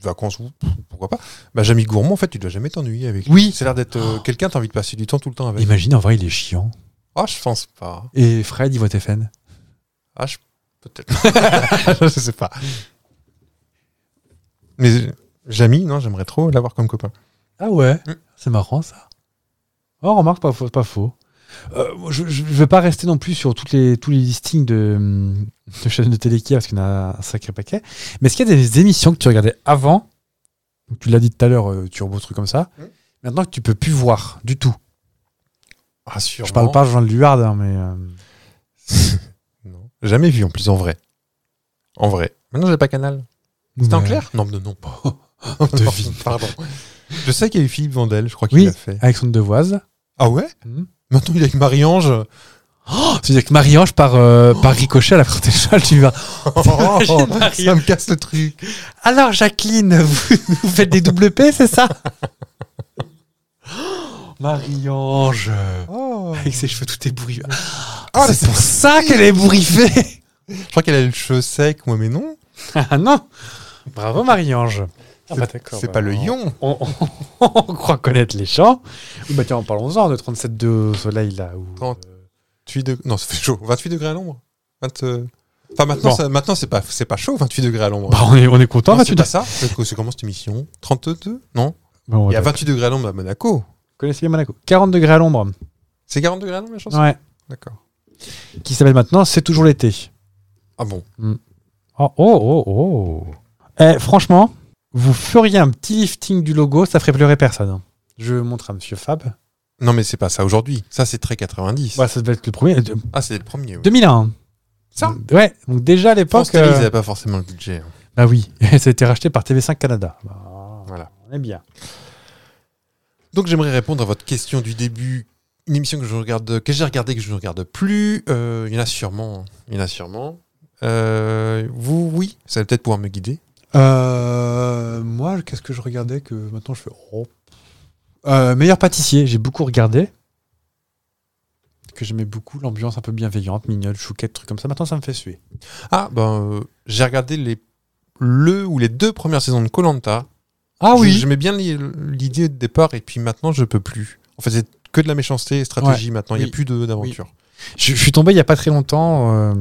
S6: vacances ou pourquoi pas, bah Jamy Gourmand, en fait, tu dois jamais t'ennuyer avec. lui.
S1: Oui
S6: C'est l'air d'être euh, quelqu'un, t'as envie de passer du temps tout le temps avec.
S1: Imagine, en vrai, il est chiant.
S6: Ah, je pense pas.
S1: Et Fred, il voit tes fans.
S6: Ah, je... peut-être. je sais pas. Mais euh, Jamy, non, j'aimerais trop l'avoir comme copain.
S1: Ah ouais
S6: Mm.
S1: C'est marrant, ça. Oh, remarque, pas faux. c'est Pas faux. Euh, moi, je ne vais pas rester non plus sur toutes les, tous les listings de, hum, de chaînes de télé qu'il y a, parce qu'il y en a un sacré paquet. Mais est-ce qu'il y a des émissions que tu regardais avant Donc, Tu l'as dit tout à l'heure, euh, Turbo, truc comme ça.
S6: Mm.
S1: Maintenant que tu peux plus voir du tout.
S6: Ah, sûrement.
S1: Je parle pas de Jean de Luard, hein, mais... euh,
S6: Non. Jamais vu en plus en vrai. En vrai. Maintenant j'ai pas canal. C'était en
S1: ouais.
S6: clair Non, non, non. Devine. Pardon. Je sais qu'il y a eu Philippe Vandel, je crois qu'il
S1: Oui.
S6: l'a fait.
S1: euh, Alexandre Devoise.
S6: Ah ouais
S1: Mhm.
S6: Maintenant il est avec Marie-Ange.
S1: C'est-à-dire que Marie-Ange par, euh, par ricochet à la portée de Charles, tu vas.
S6: ça
S1: Marie-Ange.
S6: me casse le truc.
S1: Alors Jacqueline, vous, vous faites des double P, c'est ça Marie-Ange,
S6: Oh.
S1: avec ses cheveux tout ébouriffés.
S6: Ah,
S1: c'est pour ça qu'elle est ébouriffée
S6: Je crois qu'elle a le cheveu sec, moi, mais non.
S1: Ah non Bravo Marie-Ange
S6: Ah, C'est pas le ion.
S1: on, on- on croit connaître les champs. Ou Bah tiens, en parlons-en de 37 de au soleil là. Où, euh,
S6: Trente. 28 degrés. Non, ça fait chaud. 28 degrés à l'ombre. 20, euh, Enfin, maintenant,
S1: Bon.
S6: ça- maintenant c'est pas, c'est pas chaud, 28 degrés à l'ombre.
S1: Bah, on est, on est content,
S6: Non,
S1: bah,
S6: c'est
S1: tu
S6: pas ça. C'est c'est comment cette émission 32 Non
S1: Bon,
S6: Il y a
S1: bah,
S6: 28 degrés à l'ombre à Monaco.
S1: connaissez bien Monaco. 40 degrés à l'ombre.
S6: Oh, C'est 40 degrés à l'ombre, la chanson
S1: Ouais.
S6: D'accord.
S1: Qui s'appelle maintenant C'est toujours l'été.
S6: Ah bon
S1: Oh, oh, oh, oh. Eh, franchement, vous feriez un petit lifting du logo, ça ferait pleurer personne. Je montre à monsieur Fab.
S6: Non, mais c'est pas ça aujourd'hui. Ça, c'est très 90.
S1: Ouais, ça devait être le premier. euh, de-
S6: Ah, c'est le premier. Oui.
S1: 2001.
S6: Ça
S1: Ouais, donc déjà à l'époque.
S6: France Télé, ils
S1: euh,
S6: avaient pas forcément le budget. hein.
S1: Bah oui, ça a été racheté par TV5 Canada. Bah,
S6: Voilà.
S1: On est bien.
S6: Donc, j'aimerais répondre à votre question du début. Une émission que je regarde, que j'ai regardée, que je ne regarde plus. Euh, il y en a sûrement. Il y en a sûrement. Euh, vous, oui, ça va peut-être pouvoir me guider.
S3: Euh, moi, qu'est-ce que je regardais que maintenant je fais oh,
S1: Euh, meilleur pâtissier, j'ai beaucoup regardé. Que j'aimais beaucoup l'ambiance un peu bienveillante, mignonne, chouquette, truc comme ça. Maintenant, ça me fait suer.
S6: Ah, ben, euh, j'ai regardé les, le ou les deux premières saisons de Colanta.
S1: Ah
S6: Je- J'aimais bien l'i- l'idée de départ et puis maintenant je peux plus. En fait, c'est que de la méchanceté et stratégie maintenant. Il n'y
S1: Oui.
S6: a plus de- d'aventure.
S1: Je, je suis tombé il y a pas très longtemps. euh,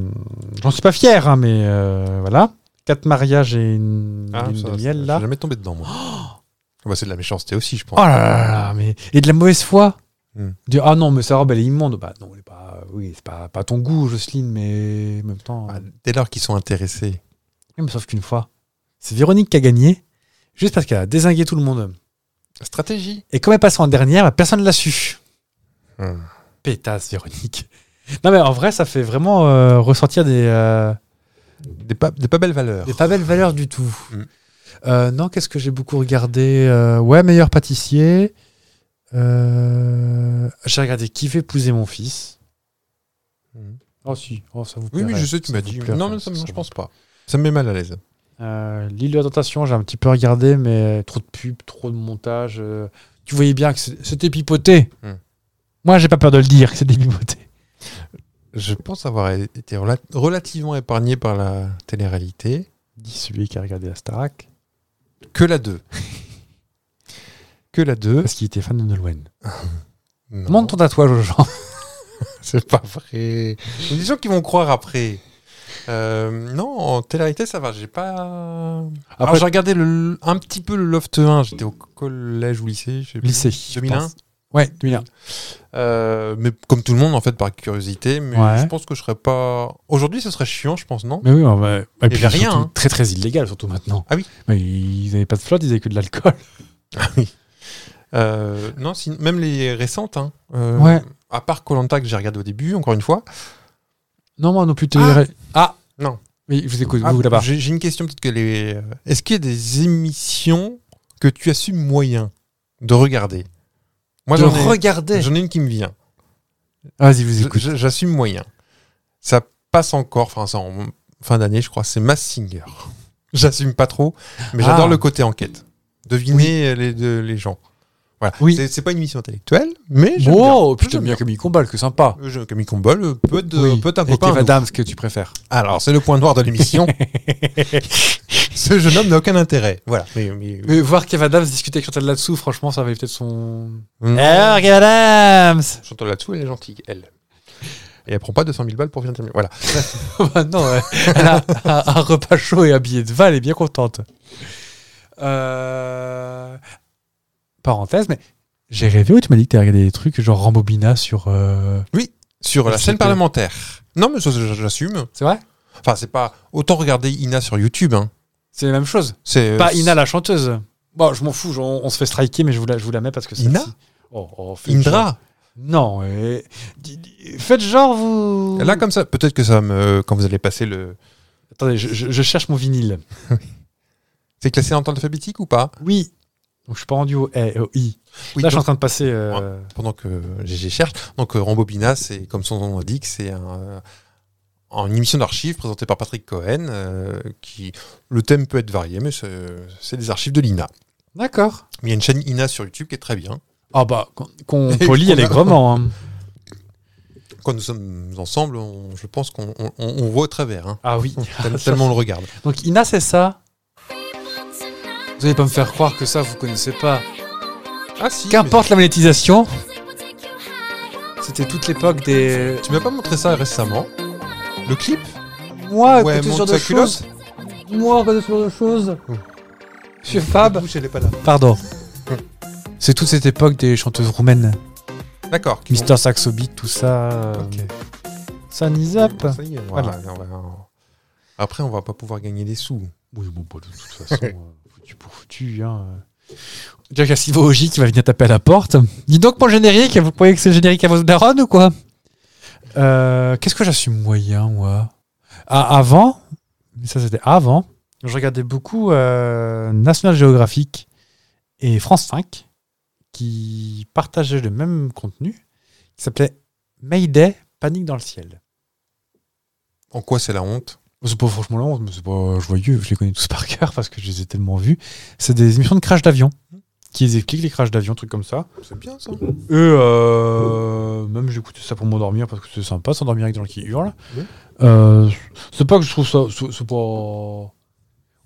S1: J'en suis pas fier, hein, mais euh, voilà. Quatre mariages et une
S6: Ah,
S1: lune
S6: ça,
S1: de
S6: ça, Ah.
S1: miel,
S6: je
S1: là.
S6: suis jamais tombé dedans, moi. Ah bah, c'est de la méchanceté aussi, je pense.
S1: Oh là là là là, mais... Et de la mauvaise foi.
S6: Hmm.
S1: Dire, ah non, mais sa robe, elle est immonde. Bah non, elle est pas... Oui, c'est pas, pas ton goût, Jocelyne, mais en même temps... euh,
S6: Ah, dès lors qu'ils sont intéressés.
S1: Oui, mais sauf qu'une fois, c'est Véronique qui a gagné, juste parce qu'elle a désingué tout le monde.
S6: Stratégie.
S1: Et comme elle passe en dernière, bah, personne ne l'a su.
S6: Hmm.
S1: Pétasse, Véronique. Non, mais en vrai, ça fait vraiment euh, ressortir des, euh,
S6: Des pas, des pas belles valeurs.
S1: des pas belles valeurs du tout.
S6: Mm.
S1: Euh, non, qu'est-ce que j'ai beaucoup regardé Euh, Ouais, meilleur pâtissier. Euh, J'ai regardé Qui fait épouser mon fils.
S6: Mm.
S1: Oh, si, Oh, ça vous
S6: Oui, oui,
S1: plairait.
S6: je sais, tu
S1: Ça
S6: m'as
S1: vous
S6: dit.
S1: plairait.
S6: Non, mais ça, me- je pense pas. Ça me met mal à l'aise.
S1: Euh, L'île de la tentation, j'ai un petit peu regardé, mais trop de pubs, trop de montage. euh, tu voyais bien que c'est- c'était pipoté.
S6: Hmm.
S1: Moi, j'ai pas peur de le dire que c'était pipoté.
S6: Je pense avoir été rela- relativement épargné par la télé-réalité.
S1: Dit celui qui a regardé la Starac.
S6: Que la 2. que la 2.
S1: Parce qu'il était fan de Nolwenn.
S6: Non,
S1: Montre ton tatouage aux gens.
S6: c'est pas vrai. Il y a des gens qui vont croire après. Euh, non, en télé-réalité, ça va. J'ai pas. Alors,
S1: Après,
S6: j'ai regardé le- un petit peu le Loft 1. J'étais au collège ou lycée. Je sais plus.
S1: lycée. je
S6: 2001.
S1: pense. Ouais, 2001.
S6: Euh, mais comme tout le monde, en fait, par curiosité. Mais
S1: Ouais.
S6: je pense que je serais pas. Aujourd'hui, ce serait chiant, je pense, non
S1: Mais oui, on va- et puis
S6: avait rien,
S1: surtout,
S6: hein.
S1: Très très illégal, surtout maintenant.
S6: Ah oui.
S1: Mais ils n'avaient pas de flotte, ils avaient que de l'alcool.
S6: Euh, Non, si- même les récentes. hein. Euh,
S1: Ouais.
S6: À part Colanta que j'ai regardé au début, encore une fois.
S1: Non, moi non plus.
S6: Ah.
S1: télé-
S6: Ah, non.
S1: Oui, je vous écoute,
S6: Ah,
S1: vous là-bas.
S6: J'ai j'ai une question, peut-être que les. euh, Est-ce qu'il y a des émissions que tu assumes moyen de regarder Moi,
S1: De
S6: j'en ai-
S1: regarder.
S6: j'en ai une qui me vient.
S1: Ah, Vas-y, vous
S6: Je-
S1: écoutez.
S6: je- J'assume moyen. Ça passe encore, enfin, c'est en fin d'année, je crois, c'est Mass Singer. J'assume pas trop, mais
S1: Ah.
S6: j'adore le côté enquête. Deviner les, de- les gens. Voilà.
S1: Oui.
S6: C'est- C'est pas une émission intellectuelle, mais j'aime
S1: Oh,
S6: bien.
S1: putain,
S6: J'aime
S1: bien comme il combat, que sympa.
S6: bien. Euh, je- Camille Combal euh, peut être,
S1: Oui.
S6: peut être un
S1: Et
S6: copain. à
S1: Kev
S6: nous.
S1: Adams, que tu préfères.
S6: Alors, c'est le point noir de l'émission. Ce jeune homme n'a aucun intérêt. Voilà. Mais- mais-
S1: Mais voir Kev Adams discuter avec Chantal là-dessous, franchement, ça avait peut-être son.
S6: Non.
S1: Kev Adams
S6: Chantal euh, là-dessous, elle est gentille, elle. Et elle prend pas 200 000 balles pour venir terminer. Voilà.
S1: Bah Non, ouais. elle a un, un repas chaud et un billet de vin, elle est bien contente. Euh, Parenthèse, mais j'ai rêvé où tu m'as dit que t'avais regardé des trucs genre Rambobina sur. euh,
S6: Sur la
S1: C'était-
S6: chaîne parlementaire. Non, mais ça, ça, j'assume.
S1: C'est vrai
S6: Enfin, c'est pas autant regarder Ina sur YouTube. Hein.
S1: C'est la même chose.
S6: C'est euh,
S1: Euh, Pas
S6: c'est-
S1: Ina la chanteuse. Bon, je m'en fous, je- on, on se fait striker, mais je vous la, je vous la mets parce que c'est.
S6: Ina
S1: oh, oh, faites genre.
S6: Indra.
S1: Non, euh, di- di- faites genre vous.
S6: Là comme ça, peut-être que ça va me euh, quand vous allez passer le.
S1: Attendez, je- je- je cherche mon vinyle.
S6: C'est classé en temps alphabétique ou pas
S1: Oui. Donc je suis pas rendu au A et au I.
S6: Oui.
S1: Là, je suis en
S6: donc,
S1: train de passer. euh,
S6: pendant que GG cherche, donc euh, Rambobina, c'est comme son nom l'indique, c'est un, euh, en une émission d'archives présentée par Patrick Cohen. euh, qui le thème peut être varié, mais c'est c'est des archives de l'Ina.
S1: D'accord.
S6: Mais il y a une chaîne Ina sur YouTube qui est très bien.
S1: Ah bah, qu'on- qu'on
S6: Et
S1: polie
S6: qu'on a-
S1: allègrement. hein.
S6: Quand nous sommes ensemble, on- je pense qu'on on- on- on voit au travers. hein.
S1: Ah oui.
S6: Tellement- Tellement on le regarde.
S1: Donc Ina, c'est ça
S7: Vous allez pas me faire croire que ça, vous connaissez pas.
S6: Ah si.
S1: Qu'importe la monétisation.
S7: C'était toute l'époque des.
S6: mais Tu m'as pas montré ça récemment Le clip
S1: Moi,
S6: Ouais,
S1: que ce
S6: monte
S1: genre de
S6: sa culotte.
S1: choses. Moi, que ce genre de choses.
S6: Mmh.
S1: Je suis Fab.
S6: Bouche, elle est pas là.
S1: Pardon.
S6: Hum.
S1: C'est toute cette époque des chanteuses roumaines.
S6: D'accord. qui
S1: Mister Saxo Beat, tout ça. euh,
S6: Ok.
S1: Sunny
S6: vont-
S1: Zap.
S6: Ça y est, on va- on va- Après, on va pas pouvoir gagner des sous.
S1: Oui, bon, bah, de toute façon, euh, foutu pour foutu. Hein. euh. Déjà qu'il y a Silvo Oji qui va venir taper à la porte. Dis donc, mon générique, vous croyez que c'est le générique à vos darons ou quoi Euh, Qu'est-ce que j'assume moyen, moi Ah, Avant, mais ça c'était avant, je regardais beaucoup euh, National Geographic et France 5 qui partageaient le même contenu qui s'appelait Mayday, panique dans le ciel.
S6: En quoi c'est la honte
S1: C'est pas franchement la honte, mais c'est pas joyeux. Je les connais tous par cœur parce que je les ai tellement vus. C'est des émissions de crash d'avion qui expliquent les crashs d'avion, trucs comme ça.
S6: C'est bien ça.
S1: Et euh, même j'écoutais ça pour m'endormir parce que c'est sympa, s'endormir avec des gens qui hurlent.
S6: Oui.
S1: Euh, c'est pas que je trouve ça. C'est c'est pas.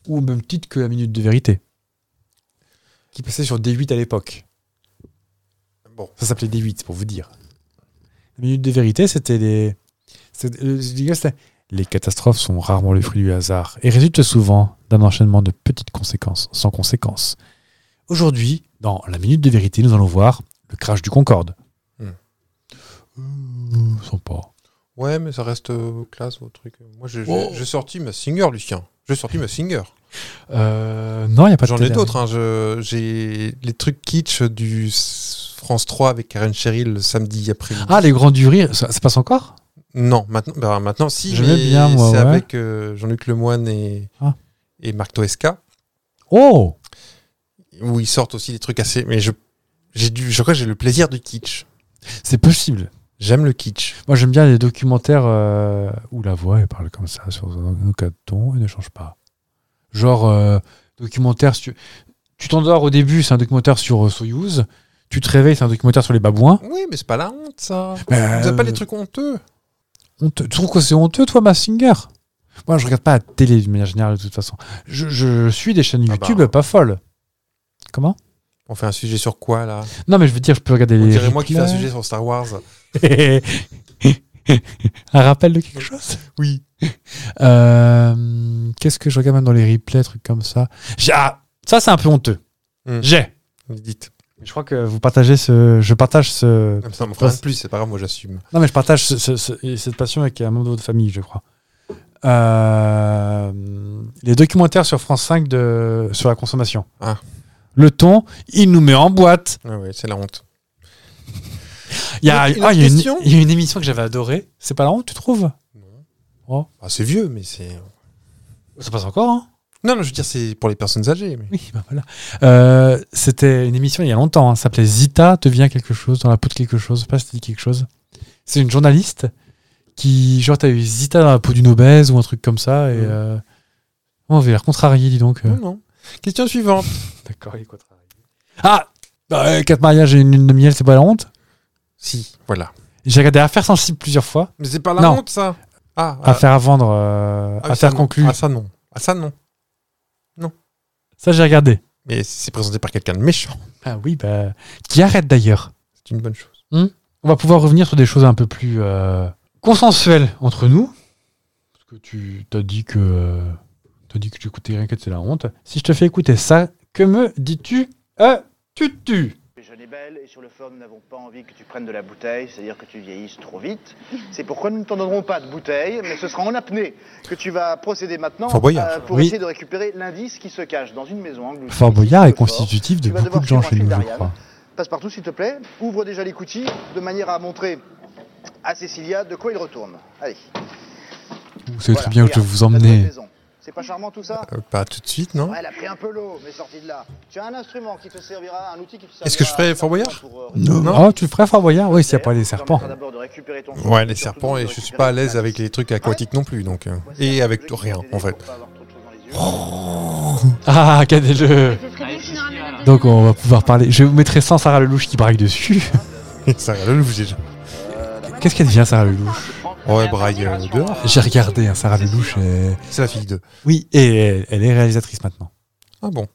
S1: Ou au même titre que la minute de vérité. Qui passait sur D8 à l'époque.
S6: Bon.
S1: Ça s'appelait D8, c'est pour vous dire. La minute de vérité, c'était les. c'est- euh, je disais, c'était- Les catastrophes sont rarement le fruit du hasard et résultent souvent d'un enchaînement de petites conséquences sans conséquences. Aujourd'hui, dans la minute de vérité, nous allons voir le crash du Concorde.
S6: Hmm.
S1: Euh, sympa.
S6: Ouais, mais ça reste euh, classe, votre truc. Moi, j'ai j'ai-
S1: Oh.
S6: j'ai sorti ma Singer, Lucien. J'ai sorti ma Singer.
S1: Euh, non, il n'y a pas de
S6: J'en ai
S1: télé-
S6: d'autres. hein. Je- J'ai les trucs kitsch du s- France 3 avec Karen Cheryl le samedi après-midi.
S1: Ah, les grands du rire, ça, ça passe encore
S6: Non, maintenant, bah, maintenant si,
S1: J'aimais
S6: mais
S1: bien, moi,
S6: c'est
S1: ouais.
S6: avec euh, Jean-Luc Lemoyne et,
S1: Ah.
S6: et Marc Toesca,
S1: Oh
S6: où ils sortent aussi des trucs assez... Mais je, j'ai dû, je crois que j'ai le plaisir du kitsch.
S1: C'est possible.
S6: J'aime le kitsch.
S1: Moi, j'aime bien les documentaires euh, où la voix, elle parle comme ça, sur un autre ton, et ne change pas. Genre, euh, documentaire, si tu tu t'endors au début, c'est un documentaire sur euh, Soyouz. Tu te réveilles, c'est un documentaire sur les babouins.
S6: Oui, mais c'est pas la honte, ça. Vous
S1: Bah,
S6: n'avez
S1: euh,
S6: pas les trucs honteux.
S1: Honteux. Tu trouves que c'est honteux, toi, Massinger Moi, je regarde pas la télé d'une manière générale, de toute façon. Je, je suis des chaînes
S6: Ah bah.
S1: YouTube pas folles. Comment
S6: On fait un sujet sur quoi, là
S1: Non, mais je veux dire, je peux regarder
S6: On
S1: les.
S6: dirait moi qui fais un
S1: replays.
S6: sujet sur Star Wars.
S1: un rappel de quelque chose Oui. Qu'est-ce que je regarde même dans les replays, trucs comme ça J'ai- ah, ça, c'est un peu honteux.
S6: Hmm.
S1: J'ai.
S6: Dites.
S1: Je crois que vous partagez ce. Je partage ce.
S6: Comme ça, on fera rien de plus, c'est pas grave, moi j'assume.
S1: Non, mais je partage ce- ce- ce- cette passion avec un membre de votre famille, je crois. Euh, les documentaires sur France 5 de, sur la consommation.
S6: Ah.
S1: Le ton, il nous met en boîte.
S6: Ah ouais, c'est la honte.
S1: Il y a,
S6: Une autre
S1: ah, il y a une,
S6: question
S1: il y a une émission que j'avais adorée. C'est pas la honte, tu trouves
S6: Ah, c'est vieux, mais c'est...
S1: Ça passe encore, hein
S6: Non, non, je veux dire, c'est pour les personnes âgées. mais-
S1: Oui, bah voilà. Euh, C'était une émission il y a longtemps. hein. ça s'appelait Zita devient quelque chose, dans la peau de quelque chose. Je sais pas si ça dit quelque chose. C'est une journaliste qui, genre, t'as eu Zita dans la peau d'une obèse ou un truc comme ça. Et
S6: Mhm.
S1: euh, on va l'air contrarié, dis donc. euh.
S6: Non, non. Question suivante.
S3: D'accord, il est contrarié.
S1: Ah Bah, euh, Quatre mariages et une lune de miel, c'est pas la honte
S6: Si, voilà.
S1: J'ai regardé Affaires sensibles plusieurs fois.
S6: Mais c'est pas la
S1: Non.
S6: honte, ça. Ah, ah,
S1: Affaires à vendre, euh,
S6: ah, oui, ça,
S1: Affaires
S6: non.
S1: conclues.
S6: Ah, ça, non. Ah, ça, non.
S1: Ça, j'ai regardé.
S6: Mais c'est présenté par quelqu'un de méchant.
S1: Ah oui, bah. Qui arrête d'ailleurs.
S6: C'est une bonne chose.
S1: On va pouvoir revenir sur des choses un peu plus euh, consensuelles entre nous. Parce que tu t'as dit que euh, t'as dit que tu écoutais rien que c'est la honte. Si je te fais écouter ça, que me dis-tu Euh, tu tu
S8: Le jeune est belle et sur le fort, nous n'avons pas envie que tu prennes de la bouteille, c'est-à-dire que tu vieillisses trop vite. C'est pourquoi nous ne t'en donnerons pas de bouteille, mais ce sera en apnée que tu vas procéder maintenant euh,
S6: Fort Boyard.
S8: pour
S1: Oui.
S8: essayer de récupérer l'indice qui se cache dans une maison anglaise.
S1: Fort Boyard est constitutif de
S8: Tu vas
S1: beaucoup
S8: devoir
S1: de gens
S8: suivre un
S1: chez nous,
S8: fil
S1: je
S8: d'Ariane.
S1: crois.
S8: Passe partout, s'il te plaît. Ouvre déjà les coutilles de manière à montrer à Cécilia de quoi il retourne. Allez.
S1: Vous savez très
S8: Voilà,
S1: bien où je
S8: regarde,
S1: vous
S8: la nouvelle
S1: emmenais.
S8: maison. C'est pas charmant tout ça
S6: Euh, pas tout de suite, non
S8: Ouais, Elle a pris un peu l'eau, mais sortie de là. Tu as un instrument qui te servira, un outil qui te servira.
S6: Est-ce que je ferais Fort Boyard
S8: pour, euh,
S6: Non.
S1: Oh, tu le ferais Fort Boyard Oui, s'il n'y a pas les
S8: Ça
S1: serpents.
S8: permettra d'abord de récupérer ton souffle,
S6: Ouais, les
S8: surtout
S6: serpents,
S8: de
S6: et je suis pas à l'aise avec les trucs aquatiques non plus, donc. euh, Et avec rien, en fait.
S1: Ah, regardez-le
S5: Ça fait très bien, sinon
S1: Donc on va pouvoir parler. Je vous mettrai sans Sarah Lelouch qui braille dessus.
S6: Sarah Lelouch déjà.
S1: Qu'est-ce qu'elle devient Sarah Lelouch
S6: Ouais, braille euh, dehors.
S1: J'ai regardé hein, Sarah Lelouch. euh,
S6: C'est la fille de.
S1: Oui, et elle, elle est réalisatrice maintenant.
S6: Ah bon.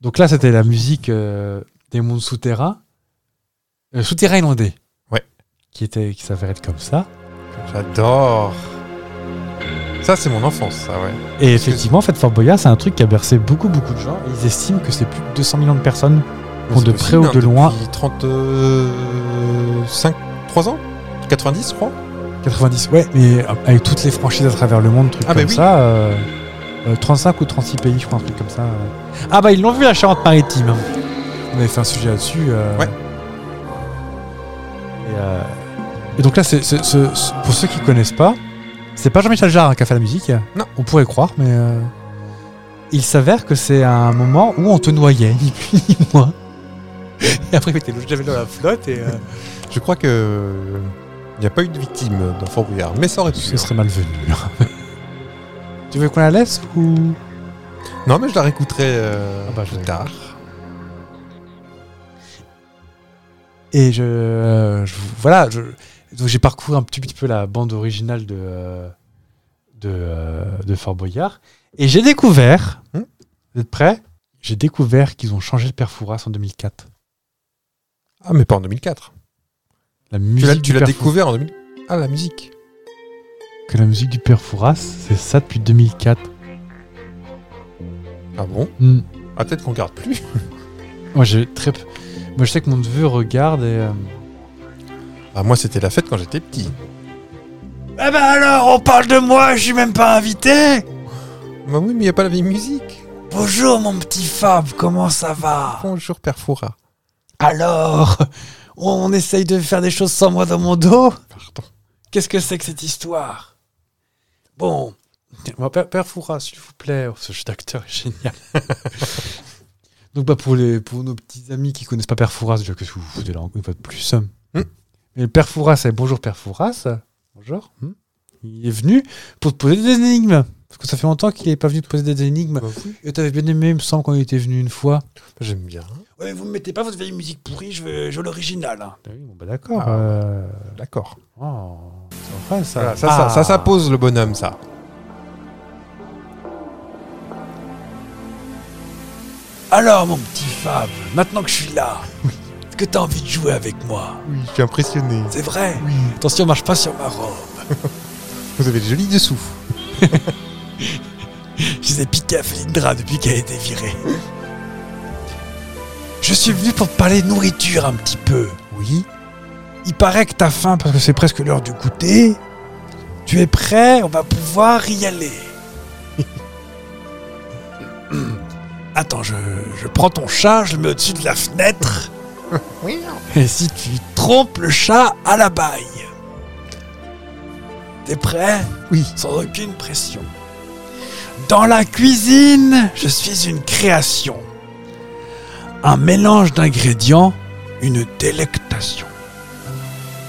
S1: Donc là, c'était la musique euh, des mondes souterrains. Euh, souterrains inondés.
S6: Ouais.
S1: Qui, était, qui s'avérait être comme ça.
S6: J'adore. Ça, c'est mon enfance, ça, ouais.
S1: Et effectivement, en fait, Fort Boyard, c'est un truc qui a bercé beaucoup, beaucoup de gens. Ils estiment que c'est plus de 200 millions de personnes qui ont
S6: C'est
S1: de
S6: possible,
S1: près ou
S6: hein,
S1: de loin
S6: Depuis 35, 3 ans 90, je crois
S1: 90, ouais, mais avec toutes les franchises à travers le monde, trucs
S6: Ah,
S1: comme
S6: bah oui.
S1: ça. euh, euh, 35 ou 36 pays, je crois, un truc comme ça. euh. Ah bah ils l'ont vu la Charente-Maritime. On avait fait un sujet là-dessus. euh,
S6: Ouais.
S1: Et, euh, et donc là, c'est c'est- ce- ce- pour ceux qui connaissent pas, c'est pas Jean-Michel Jarre qui a fait la musique.
S6: Non.
S1: On pourrait croire, mais euh, il s'avère que c'est un moment où on te noyait, ni plus ni moins. Et après, t'es le javel dans la flotte et euh,
S6: Je crois que. Il n'y a pas eu de victime dans Fort Boyard, mais ça aurait pu.
S1: ce serait malvenu. hein. tu veux qu'on la laisse ou
S6: Non, mais je la réécouterai euh,
S1: Ah bah, je
S6: plus
S1: vais.
S6: tard.
S1: Et je, euh, je- voilà, je, donc j'ai parcouru un petit, petit peu la bande originale de, euh, de, euh, de Fort Boyard. Et j'ai découvert,
S6: Hmm
S1: vous êtes prêts J'ai découvert qu'ils ont changé le père Fouras en 2004.
S6: Ah, mais pas en 2004.
S1: La
S6: Tu
S1: musique
S6: l'as-
S1: du
S6: Tu l'as
S1: père
S6: découvert en 2000. Ah, la musique.
S1: Fou- Que la musique du père Fouras, c'est ça depuis 2004.
S6: Ah bon
S1: Hmm.
S6: Ah, peut-être qu'on garde plus.
S1: Moi, j'ai très peu- Moi, je sais que mon neveu regarde et. euh,
S6: Ah, moi, c'était la fête quand j'étais petit.
S1: Ah bah alors, on parle de moi, je suis même pas invité
S6: Bah oui, mais il n'y a pas la vieille musique.
S1: Bonjour mon petit Fab, comment ça va
S6: Bonjour, Père Foura.
S1: Alors, on essaye de faire des choses sans moi dans mon dos
S6: Pardon.
S1: Qu'est-ce que c'est que cette histoire Bon. Bon, Père, Père Fouras, s'il vous plaît. Oh, ce jeu d'acteur est génial. Donc, bah, pour, les, pour nos petits amis qui connaissent pas Père Fouras, déjà, qu'est-ce que vous foutez là encore une fois de plus Mais le Père Fouras, c'est bonjour Père Fouras. Bonjour. hmm. Il est venu pour te poser des énigmes. Parce que ça fait longtemps qu'il n'est pas venu te poser des énigmes. Et t'avais bien aimé, il me semble, quand il était venu une fois.
S6: J'aime bien.
S1: Ouais, vous me mettez pas votre vieille musique pourrie, je veux, l'original. oui, bon, bah d'accord.
S6: Ah.
S1: euh,
S6: D'accord.
S1: oh, c'est vrai, ça.
S6: Voilà, ça, ça,
S1: Ah.
S6: ça, ça pose le bonhomme, ça.
S1: Alors, mon petit Fab, maintenant que je suis là, est-ce que t'as envie de jouer avec moi
S6: Oui, je suis impressionné.
S1: C'est vrai Attention, marche pas sur ma robe.
S6: Vous avez le joli dessous.
S1: Je les ai piqués à Felindra depuis qu'elle a été virée. Je suis venu pour te parler de nourriture un petit peu. Oui. Il paraît que t'as faim parce que c'est presque l'heure du goûter. Tu es prêt On va pouvoir y aller. Attends, je, je prends ton chat, je le mets au-dessus de la fenêtre. Et si tu trompes le chat à la baille. T'es prêt Oui. Sans aucune pression. Dans la cuisine, je suis une création. Un mélange d'ingrédients, une délectation.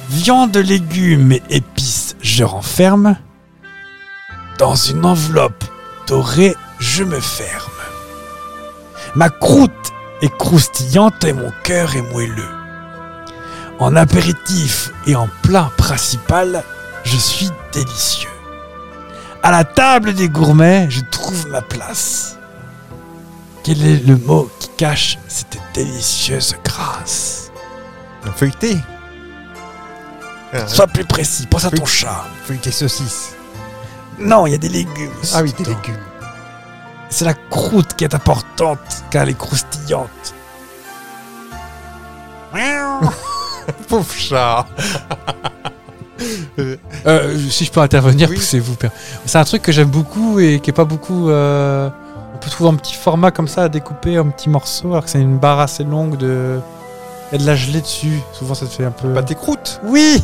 S1: Viande, légumes et épices, je renferme. Dans une enveloppe dorée, je me ferme. Ma croûte est croustillante et mon cœur est moelleux. En apéritif et en plat principal, je suis délicieux. À la table des gourmets, je trouve ma place. Quel est le mot qui cache cette délicieuse grâce
S6: Feuilleté. Ah,
S1: Sois plus précis, pense à ton chat.
S6: Feuilleté saucisse.
S1: Non, il y a des légumes.
S6: Ah oui, des
S1: dedans.
S6: légumes.
S1: C'est la croûte qui est importante, car elle est croustillante.
S6: Pauvre chat.
S1: Euh, si je peux intervenir,
S6: Oui.
S1: poussez-vous. père. C'est un truc que j'aime beaucoup et qui est pas beaucoup. euh, on peut trouver un petit format comme ça à découper en petits morceaux, alors que c'est une barre assez longue de. Il y a de la gelée dessus. Souvent, ça te fait un peu.
S6: Pâté croûte.
S1: Oui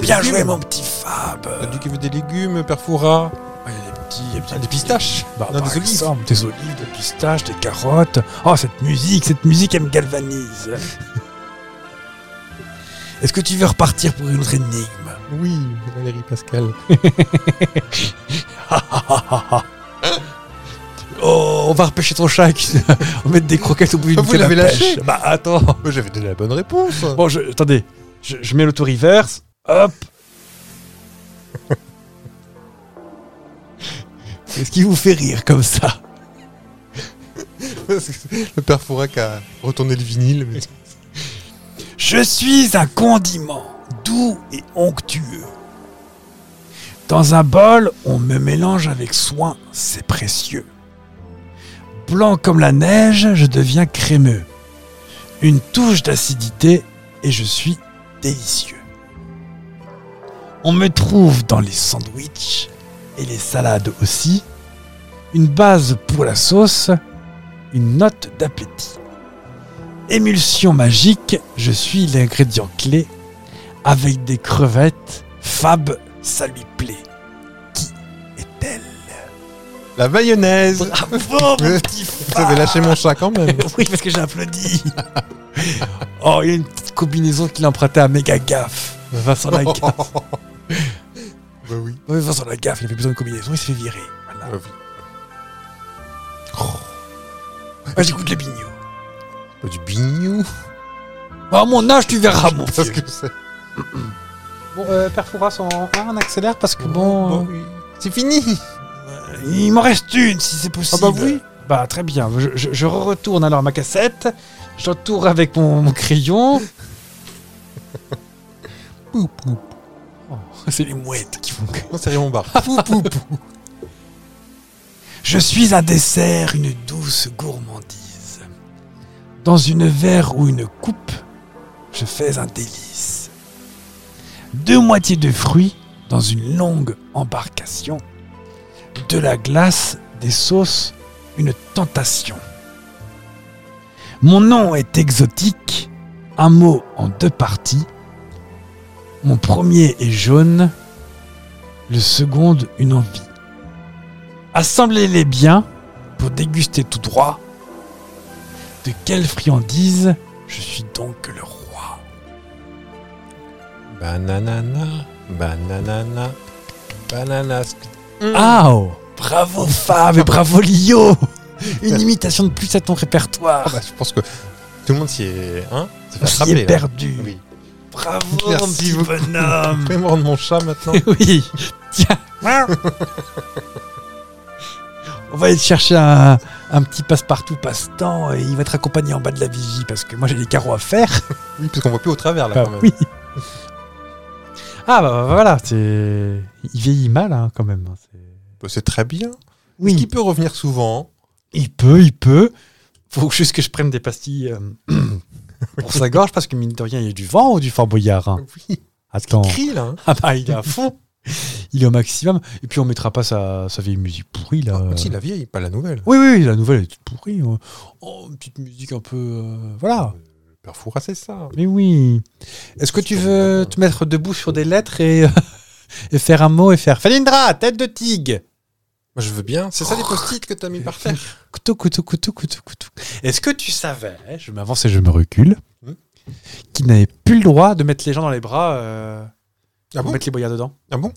S1: Bien
S6: légumes.
S1: joué, mon petit Fab
S6: T'as dit qu'il veut des légumes, Père Foura.
S1: Il y a des petits... il y a
S6: Ah, des pistaches.
S1: Bah,
S6: Non,
S1: par
S6: des olives.
S1: exemple, des olives, des pistaches, des carottes. Oh, cette musique, cette musique, elle me galvanise Est-ce que tu veux repartir pour une autre énigme
S6: Oui, Valérie Pascal.
S1: Oh, on va repêcher ton chat, qui- on va mettre des croquettes au bout d'une
S6: Vous
S1: canne à
S6: l'avez
S1: pêche.
S6: lâché
S1: Bah attends.
S6: Mais J'avais donné la bonne réponse.
S1: Bon, je, attendez, je, je mets l'auto-reverse. Hop. Qu'est-ce qui vous fait rire comme ça
S6: le père Fourac a retourné le vinyle. mais-
S1: Je suis un condiment doux et onctueux. Dans un bol, on me mélange avec soin, c'est précieux. Blanc comme la neige, je deviens crémeux. Une touche d'acidité et je suis délicieux. On me trouve dans les sandwichs et les salades aussi. Une base pour la sauce, une note d'appétit. Émulsion magique, je suis l'ingrédient clé. Avec des crevettes, Fab, ça lui plaît. Qui est-elle
S6: La mayonnaise.
S1: Bravo, mon petit
S6: Vous avez
S1: Fab
S6: lâché mon chat quand même.
S1: Oui, parce que j'ai applaudi. oh, il y a une petite combinaison qu'il empruntait à méga gaffe. Vincent Lagaffe.
S6: Bah oui.
S1: Ouais, Vincent Lagaffe, il avait besoin de combinaison, il s'est fait virer. Voilà.
S6: Bah oui.
S1: Moi, j'écoute le bignou.
S6: Bah, Du bignou.
S1: Bah, à mon âge, tu verras, mon
S6: Parce
S1: fils.
S6: que c'est.
S3: Bon, euh, Perfouras en 1, on accélère parce que
S1: Bon, Euh,
S3: bon.
S6: C'est fini.
S1: il m'en reste une, si c'est possible.
S3: Ah bah oui.
S1: Bah très bien, je, je- je retourne alors ma cassette, je l'entoure avec mon, mon crayon. Pou, pou, pou. Oh, c'est les mouettes qui font que...
S6: Non, c'est Raymond Barre.
S1: Pou, pou, pou. Je suis un dessert, une douce gourmandise. Dans une verre ou une coupe, je fais un délice. Deux moitiés de fruits dans une longue embarcation. De la glace, des sauces, une tentation. Mon nom est exotique, un mot en deux parties. Mon premier est jaune, le second une envie. Assemblez-les bien pour déguster tout droit. De quelle friandise je suis donc le roi
S6: Bananana. Bananana. Bananas. Mm.
S1: Ah oh, Bravo Fab et bravo Lio Une imitation de plus à ton répertoire.
S6: Ah bah, je pense que tout le monde s'y est. Hein Ça
S1: On
S6: fait
S1: s'y
S6: rappeler,
S1: est
S6: là.
S1: perdu.
S6: Oui.
S1: Bravo
S6: Merci
S1: mon petit
S6: beaucoup.
S1: bonhomme.
S6: Fais-moi rendre mon chat maintenant.
S1: oui. Tiens. On va aller te chercher un, un petit passe-partout passe-temps et il va te raccompagner en bas de la vigie parce que moi j'ai des carreaux à faire.
S6: oui, parce qu'on voit plus au travers là
S1: Bah
S6: quand même.
S1: oui. Ah bah voilà, c'est il vieillit mal hein, quand même.
S6: Bah, c'est très bien.
S1: Oui,
S6: Qui peut revenir souvent
S1: il peut, il peut. Faut juste que je prenne des pastilles euh, pour sa gorge parce que mine de rien il y a du vent ou du Fort Boyard. hein.
S6: Oui.
S1: Attends,
S6: Crie là. hein.
S1: ah bah il est à fond, il est au maximum et puis on mettra pas sa, sa vieille musique pourrie là.
S6: Ah, si, la vieille, pas la nouvelle.
S1: Oui oui, la nouvelle elle est toute pourrie. hein. Oh, une petite musique un peu euh, voilà.
S6: Le père Fouras, c'est ça.
S1: Mais oui. Est-ce que tu veux te mettre debout sur des lettres et, et faire un mot et faire Felindra, tête de tigre
S6: Moi, je veux bien. C'est ça les post-it que t'as mis par terre.
S1: Couteau, couteau, couteau, couteau, couteau. Est-ce que tu savais, je m'avance et je me recule,
S6: Hmm.
S1: qu'il n'avait plus le droit de mettre les gens dans les bras euh,
S6: Ah
S1: pour
S6: bon
S1: mettre les boyards dedans
S6: Ah bon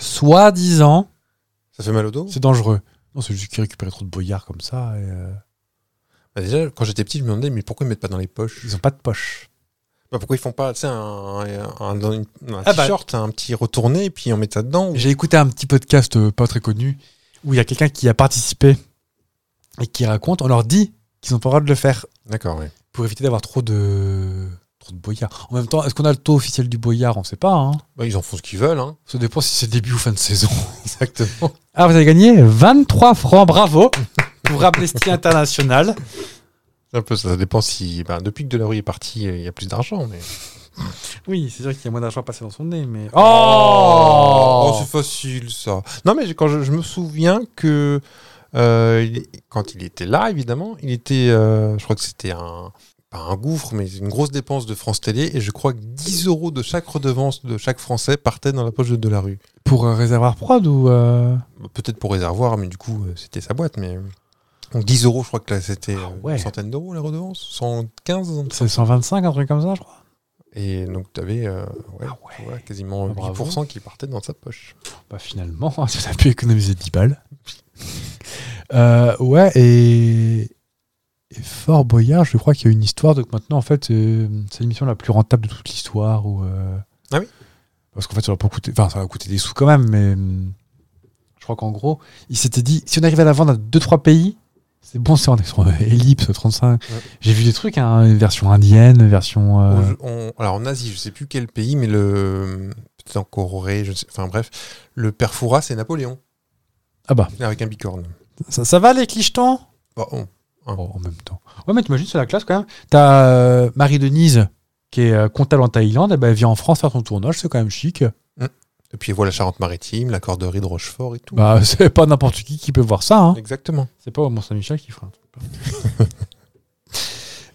S1: Soit disant,
S6: Ça fait mal au dos
S1: c'est dangereux. Non, c'est juste qu'il récupérait trop de boyards comme ça et euh,
S6: Bah, Déjà, quand j'étais petit, je me demandais, mais pourquoi ils mettent pas dans les poches
S1: ils ont pas de poche.
S6: Bah, Pourquoi ils font pas, tu sais, un, un, un- dans une- un
S1: Ah bah.
S6: t-shirt, un petit retourné, et puis on met ça dedans ou-
S1: J'ai écouté un petit podcast euh, pas très connu où il y a quelqu'un qui a participé et qui raconte, on leur dit qu'ils ont pas le droit de le faire.
S6: D'accord, oui.
S1: pour éviter d'avoir trop de trop de boyards. En même temps, est-ce qu'on a le taux officiel du boyard On ne sait pas. Hein.
S6: Bah, ils en font ce qu'ils veulent, hein.
S1: Ça dépend si c'est début ou fin de saison.
S6: Exactement.
S1: Ah, vous avez gagné 23 francs, bravo pour Amnesty International.
S6: Un peu, ça dépend si. bah, depuis que Delary est parti, il y a plus d'argent. Mais...
S1: Oui, c'est sûr qu'il y a moins d'argent passé dans son nez, mais
S6: Oh, c'est facile ça. Non, mais j'ai- quand je, je me souviens que euh, il- quand il était là, évidemment, il était. euh, je crois que c'était un. Pas un gouffre, mais une grosse dépense de France Télé. Et je crois que 10 euros de chaque redevance de chaque Français partait dans la poche de Delarue.
S1: pour euh, réservoir prod ou euh,
S6: Peut-être pour réservoir, mais du coup, euh, c'était sa boîte. Mais. Donc 10 euros, je crois que là, c'était euh,
S1: Ah ouais.
S6: une centaine d'euros la redevance. 115
S1: c'est 125 un truc comme ça, je crois.
S6: Et donc, tu avais
S1: Ah ouais.
S6: quasiment
S1: Ah, bravo.
S6: 8% qui partaient dans sa poche.
S1: Bah finalement, on a pu économiser 10 balles. Euh, ouais, et... et Fort Boyard, je crois qu'il y a une histoire. Donc maintenant, en fait, euh, c'est l'émission la plus rentable de toute l'histoire. ou euh,
S6: Ah oui
S1: Parce qu'en fait, ça va, pas coûter... enfin, ça va coûter des sous quand même, mais hum, je crois qu'en gros, il s'était dit si on arrivait à la vendre à 2-3 pays, c'est bon, c'est on est sur euh, Ellipse 35. J'ai vu des trucs, hein, une version indienne, une version. euh,
S6: On- on- alors en Asie, je sais plus quel pays, mais le peut-être en Corée, je sais. Enfin bref, le père Fouras, c'est Napoléon
S1: Ah bah,
S6: avec un bicorne. Bah,
S1: ça, ça va les clichetons
S6: Bon, on-
S1: Oh, en même temps. Ouais, mais t'imagines, c'est la classe quand même. T'as euh, Marie-Denise, qui est euh, comptable en Thaïlande, eh ben, elle vient en France faire son tournage, c'est quand même chic.
S6: Et puis voilà Charente-Maritime, la corderie de Rochefort et tout.
S1: Bah, c'est pas n'importe qui qui peut voir ça. hein.
S6: Exactement.
S1: C'est pas au Mont-Saint-Michel qui fera un truc pareil.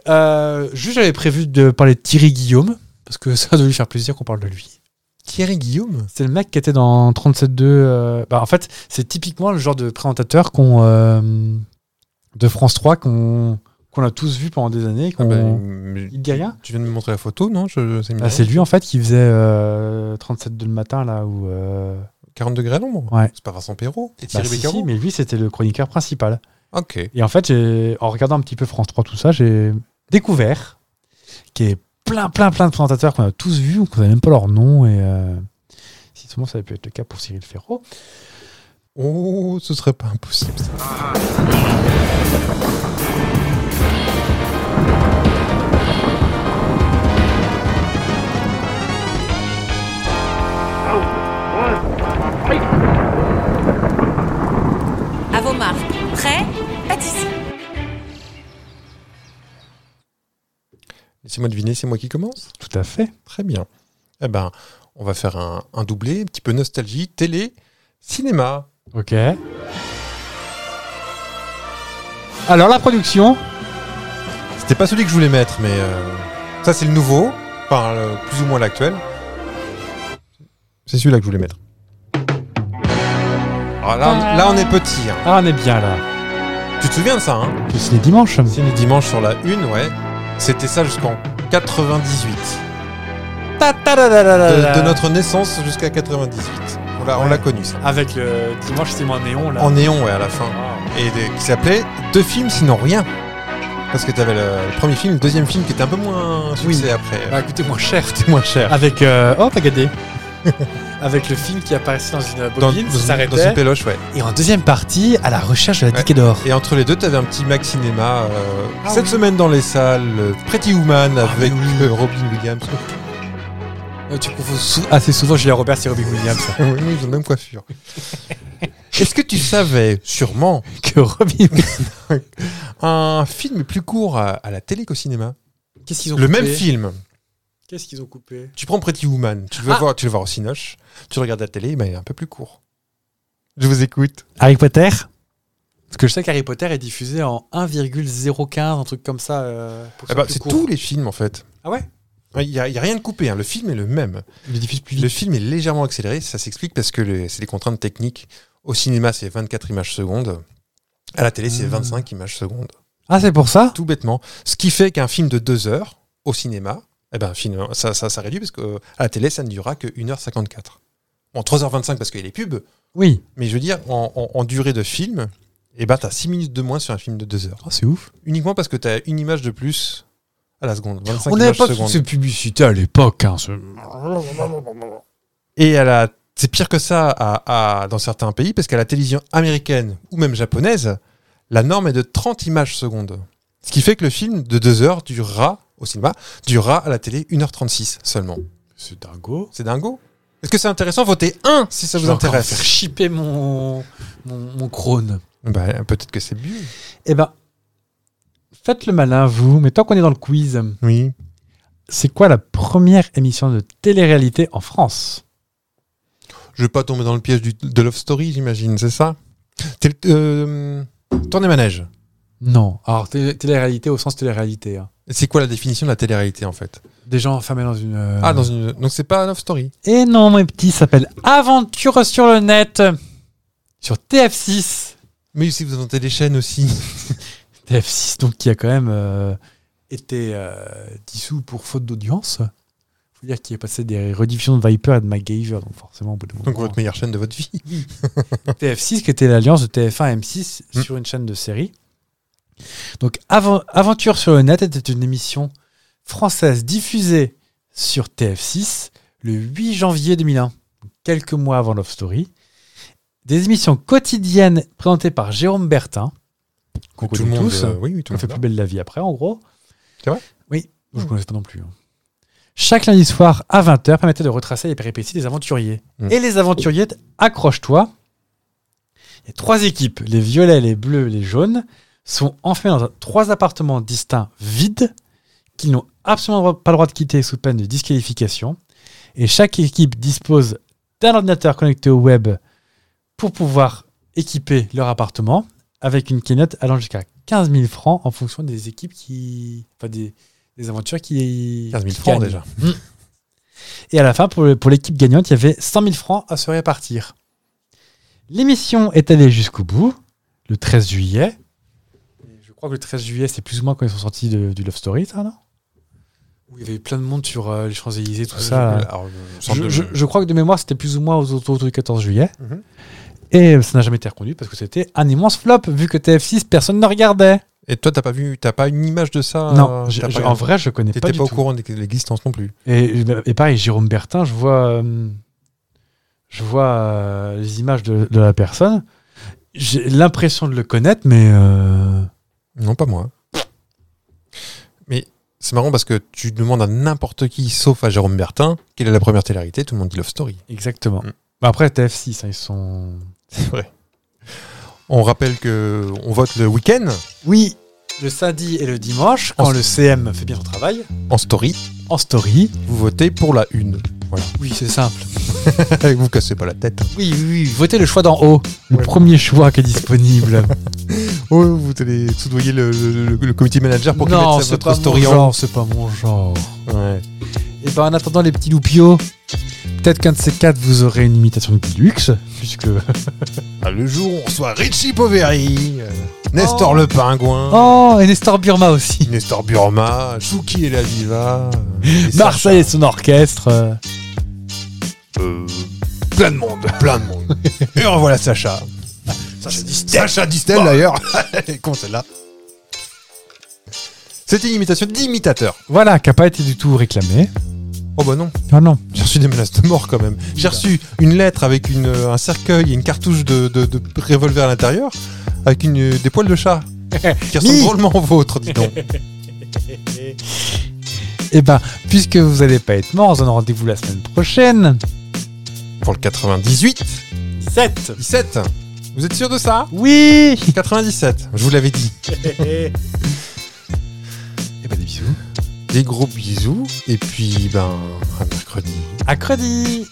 S1: Euh, juste, j'avais prévu de parler de Thierry Guillaume, parce que ça doit lui faire plaisir qu'on parle de lui.
S6: Thierry Guillaume
S1: C'est le mec qui était dans 37.2. euh, bah, en fait, c'est typiquement le genre de présentateur qu'on euh, de France 3 qu'on qu'on a tous vu pendant des années.
S6: Ah
S1: qu'on-
S6: bah, mais-
S1: Il dit rien
S6: Tu viens de me montrer la photo, non Je- c'est
S1: Ah,
S6: mignon.
S1: c'est lui en fait qui faisait euh, 37 de le matin là où. euh,
S6: 40 degrés à l'ombre
S1: Ouais.
S6: C'est pas Vincent Perrault Et
S1: bah,
S6: Thierry
S1: si,
S6: Beccaro
S1: si, mais lui c'était le chroniqueur principal.
S6: Ok.
S1: Et en fait, j'ai- en regardant un petit peu France 3 tout ça, j'ai découvert qu'il y a plein plein plein de présentateurs qu'on a tous vus ou qu'on savait même pas leur nom et euh, si seulement ça avait pu être le cas pour Cyril Ferraud.
S6: Oh, ce serait pas impossible. ça.
S7: À vos marques. Prêt Pas d'ici.
S6: Laissez-moi deviner, c'est moi qui commence
S1: Tout à fait.
S6: Très bien. Eh ben, on va faire un, un doublé, un petit peu nostalgie, télé, cinéma.
S1: Ok. Alors la production,
S6: C'était pas celui que je voulais mettre, mais euh, ça c'est le nouveau, par plus ou moins l'actuel. C'est celui-là que je voulais mettre. Alors là, on- là, on est petit. hein.
S1: ah on est bien là.
S6: Tu te souviens de ça hein
S1: C'est les dimanches.
S6: C'est les dimanches sur la une, ouais. C'était ça jusqu'en 98. De, de notre naissance jusqu'à 98. On l'a on
S1: Ouais.
S6: l'a connu ça.
S1: Avec le dimanche c'est moins néon là. Ah,
S6: En néon, ouais, à la fin. Et des- qui s'appelait Deux films sinon rien. Parce que t'avais le, le premier film, le deuxième film qui était un peu moins succès après.
S1: Bah écoutez moins cher.
S6: C'était moins cher.
S1: Avec euh, oh t'as gagné. Avec le film qui apparaissait dans une
S6: Dans,
S1: bobine,
S6: dans
S1: qui
S6: une, dans
S1: s'arrêtait.
S6: une péloche, ouais.
S1: Et en deuxième partie, à la recherche de la
S6: Ouais.
S1: ticket d'or.
S6: Et entre les deux, t'avais un petit Mac Cinéma. euh,
S1: Ah oui.
S6: cette
S1: Ah
S6: semaine dans les salles, euh, Pretty Woman avec euh, Robin Williams.
S1: Euh, Tu confonds sou-
S6: Ah,
S1: assez souvent Julia Roberts et Robin Williams.
S6: oui, oui, ils ont la même coiffure. Est-ce que tu savais, sûrement,
S1: que Robin Williams.
S6: un film plus court à, à la télé qu'au cinéma
S1: Qu'est-ce qu'ils ont
S6: Le
S1: coupé
S6: même film.
S1: Qu'est-ce qu'ils ont coupé
S6: Tu prends Pretty Woman, tu le,
S1: Ah.
S6: voir, tu le voir au Cinoche, tu le regardes à la télé, mais il est un peu plus court. Je vous écoute.
S1: Harry Potter Parce que je sais qu'Harry Potter est diffusé en 1,015, un truc comme ça. euh, pour que ce
S6: Eh ben,
S1: soit
S6: c'est
S1: plus court.
S6: tous les films en fait.
S1: Ah ouais
S6: Il n'y a, il y a rien de coupé, hein. le film est le même.
S1: Ils le diffusent plus
S6: Le
S1: vite.
S6: film est légèrement accéléré, ça s'explique parce que le- c'est des contraintes techniques. Au cinéma, c'est 24 images secondes. À la télé, c'est
S1: Ah.
S6: 25 images secondes.
S1: Ah, c'est pour ça
S6: Tout bêtement. Ce qui fait qu'un film de 2 heures au cinéma, eh ben, finalement, ça, ça, ça réduit parce qu'à la télé, ça ne durera que 1h54. Bon, 3h25 parce qu'il y a les pubs,
S1: Oui.
S6: mais je veux dire, en, en- en durée de film, eh ben, tu as 6 minutes de moins sur un film de 2 heures.
S1: Oh, c'est ouf.
S6: Uniquement parce que tu as une image de plus à la seconde. 25
S1: On n'avait
S6: images
S1: pas toutes
S6: secondes.
S1: ces publicités à l'époque. Hein, ce-
S6: Et à la- c'est pire que ça à- à- dans certains pays, parce qu'à la télévision américaine ou même japonaise, la norme est de 30 images secondes. Ce qui fait que le film de 2 heures durera au cinéma, durera à la télé 1h36 seulement.
S1: C'est dingo.
S6: C'est dingo. Est-ce que c'est intéressant Votez 1 si ça
S1: Je
S6: vous
S1: vais encore faire
S6: intéresse.
S1: chipper mon, mon, mon crône.
S6: Bah, Peut-être que c'est mieux.
S1: Eh ben, faites le malin, vous, mais tant qu'on est dans le quiz,
S6: Oui.
S1: c'est quoi la première émission de télé-réalité en France
S6: Je vais pas tomber dans le piège du- de Love Story, j'imagine, c'est ça T'es le- euh, Tournez manège.
S1: Non. Alors, télé- télé-réalité au sens télé-réalité. hein.
S6: C'est quoi la définition de la télé-réalité en fait
S1: Des gens enfermés dans une. euh,
S6: Ah, dans une... donc c'est pas Love Story.
S1: Et non, mes petits, ça s'appelle Aventure sur le net. Sur TF6.
S6: Mais si vous inventez des chaînes aussi.
S1: TF6, donc, qui a quand même euh, été euh, dissous pour faute d'audience. faut dire qu'il est passé des rediffusions de Viper et de MacGyver, donc forcément, au bout d'un
S6: Donc
S1: moment,
S6: votre meilleure chaîne de votre vie.
S1: TF6, qui était l'alliance de TF1 et M6
S6: Mm.
S1: sur une chaîne de série. Donc, Avan- Aventure sur le net était une émission française diffusée sur TF6 le 8 janvier 2001, quelques mois avant Love Story. Des émissions quotidiennes présentées par Jérôme Bertin, qu'on
S6: tout
S1: connaît
S6: le monde.
S1: tous.
S6: euh, oui, oui, tout
S1: On
S6: le
S1: fait
S6: monde.
S1: plus belle la vie après, en gros.
S6: C'est vrai
S1: Oui, je ne connais pas non plus. hein. Chaque lundi soir à 20h permettait de retracer les péripéties des aventuriers.
S6: Mm.
S1: Et les aventuriers, accroche-toi. Il y a trois équipes, les violets, les bleus, les jaunes, sont enfermés dans trois appartements distincts vides qu'ils n'ont absolument pas le droit de quitter sous peine de disqualification. Et chaque équipe dispose d'un ordinateur connecté au web pour pouvoir équiper leur appartement avec une cagnotte allant jusqu'à 15 000 francs en fonction des équipes qui. Enfin, des, des aventures qui.
S6: 15 000
S1: qui
S6: francs
S1: gagnent.
S6: déjà.
S1: Et à la fin, pour le- pour l'équipe gagnante, il y avait 100 000 francs à se répartir. L'émission est allée jusqu'au bout, le 13 juillet. Et Je crois que le 13 juillet, c'est plus ou moins quand ils sont sortis de- du Love Story, ça, non Où il y avait plein de monde sur euh, les Champs-Élysées, tout ça. là.
S6: Alors, le centre
S1: Je,
S6: de-
S1: je- je crois que de mémoire, c'était plus ou moins aux autour du 14 juillet.
S6: Mhm.
S1: Et ça n'a jamais été reconduit parce que c'était un immense flop, vu que TF6, personne ne regardait.
S6: Et toi, t'as pas vu, t'as pas une image de
S1: Ah,
S6: ça euh,
S1: non, j'ai-
S6: t'as
S1: j'ai-
S6: pas-
S1: en vrai, je connais
S6: t'étais
S1: pas
S6: pas,
S1: du
S6: au
S1: tout.
S6: courant de l'existence non plus.
S1: Et, et pareil, Jérôme Bertin, je vois, euh, je vois euh, les images de, de la personne. J'ai l'impression de le connaître, mais euh,
S6: Non, pas moi. Mais c'est marrant parce que tu demandes à n'importe qui, sauf à Jérôme Bertin, quelle est la première télé-réalité, tout le monde dit Love Story.
S1: exactement.
S6: Mm.
S1: Bah Après, TF6, hein, ils sont.
S6: On rappelle que on vote le week-end
S1: Oui, le samedi et le dimanche, quand
S6: En-
S1: le CM fait bien son travail,
S6: en story.
S1: en story.
S6: Vous votez pour la une. Voilà.
S1: Oui, c'est simple.
S6: vous cassez pas la tête.
S1: Oui, oui, oui, votez le choix d'en haut. Le
S6: Ouais.
S1: premier choix qui est disponible.
S6: Oh, vous allez soudoyer le, le- le- le comité manager pour qu'il
S1: non,
S6: mette sa-
S1: c'est
S6: votre
S1: pas
S6: story
S1: mon
S6: en.
S1: genre, c'est pas mon genre.
S6: Ouais.
S1: Et ben en attendant les petits loupios, peut-être qu'un de ces quatre vous aurez une imitation de Guy Lux, puisque.
S6: Ah, le jour où on reçoit Richie Poveri, euh, Nestor le pingouin.
S1: Oh, et Nestor Burma aussi.
S6: Nestor Burma, Chouki et la Viva,
S1: Marseille et son orchestre. euh.
S6: plein de monde, plein de monde. et revoilà Sacha. Sacha Distel. Sacha Distel d'ailleurs. Elle est con celle-là. C'était une imitation d'imitateur.
S1: Voilà, qui n'a pas été du tout réclamé.
S6: Oh bah non,
S1: Ah non.
S6: j'ai reçu des menaces de mort quand même. J'ai reçu une lettre avec une, euh, un cercueil et une cartouche de, de- de revolver à l'intérieur, avec une, euh, des poils de chat. qui ressemblent
S1: Mi.
S6: drôlement aux vôtres, dis donc.
S1: Eh ben, puisque vous n'allez pas être morts, on se donne rendez-vous la semaine prochaine.
S6: Pour le 98,
S1: 7
S6: 17. Vous êtes sûr de ça
S1: Oui
S6: 97, je vous l'avais dit.
S1: Eh ben, des bisous.
S6: Des gros bisous, et puis ben, à mercredi.
S1: À mercredi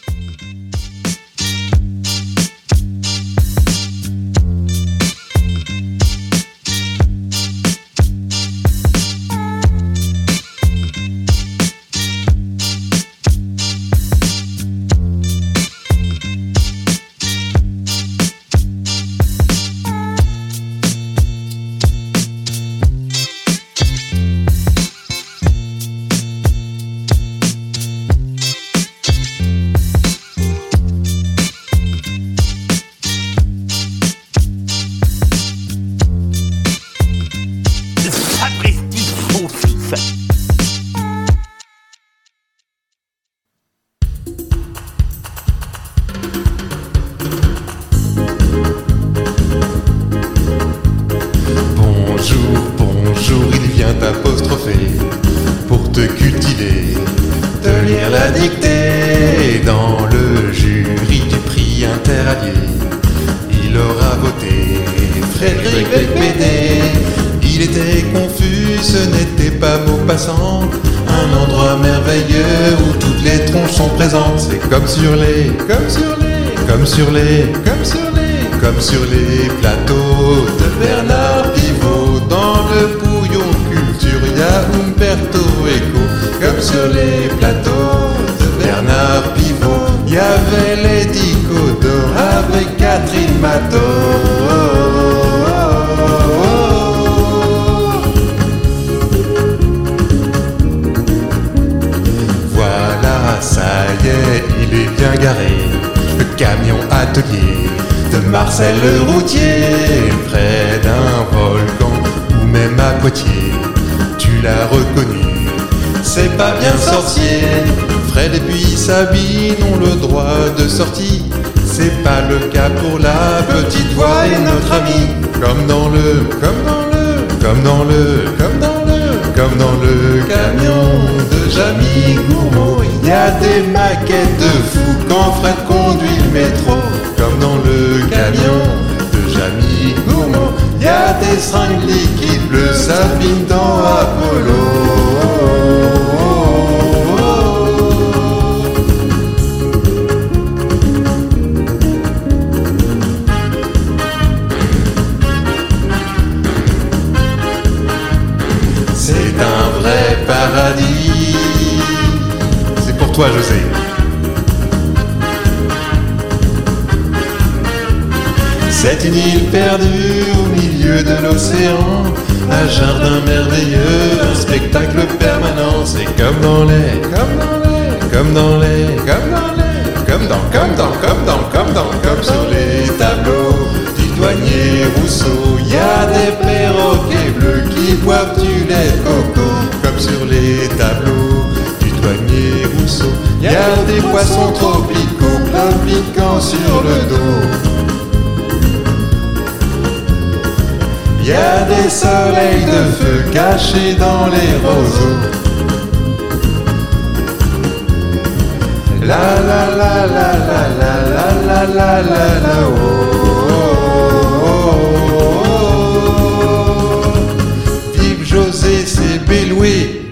S2: Bonjour, bonjour, il vient t'apostropher pour te cultiver, te lire la dictée. Dans le jury du prix interallié, il aura voté Frédéric Becbédé. Il était confus, ce n'était pas mot passant. Un endroit merveilleux où toutes les tronches sont présentes. C'est comme sur les, comme sur les, comme sur les, comme sur les, comme sur les plateaux de Bernard Pivot. Dans le bouillon culture, il y a Umberto Eco. Comme sur les plateaux de Bernard Pivot, il y avait Lady Codor avec Catherine Oh, Matteau. Voilà garé, le camion atelier de Marcel le routier, près d'un volcan ou même à Poitiers, tu l'as reconnu, c'est pas bien sorcier. Fred et puis Sabine ont le droit de sortie, c'est pas le cas pour la petite voix et notre ami, comme dans le, comme dans le, comme dans le, comme dans le, comme dans le camion de Jamie Gourmand. Il y a des maquettes de fous quand Fred conduit le métro, comme dans le camion de Jamie Gourmand. Il y a des seringues liquides bleues, Sabine dans Apollo. C'est un vrai paradis. C'est pour toi, je sais. C'est une île perdue au milieu de l'océan, un jardin merveilleux, un spectacle permanent. C'est comme dans les, comme dans les, comme dans les, comme dans les, comme dans, comme dans, comme dans, comme dans, comme sur les tableaux du douanier Rousseau. Y a des perroquets bleus qui boivent du lait de coco, comme sur les tableaux du douanier Rousseau. Y a des poissons tropicaux, plein piquants sur le dos. Y a des soleils de feu cachés dans les roseaux. La la la la la la la la la la la oh, oh, oh, oh, oh. Vive José, c'est Béloué.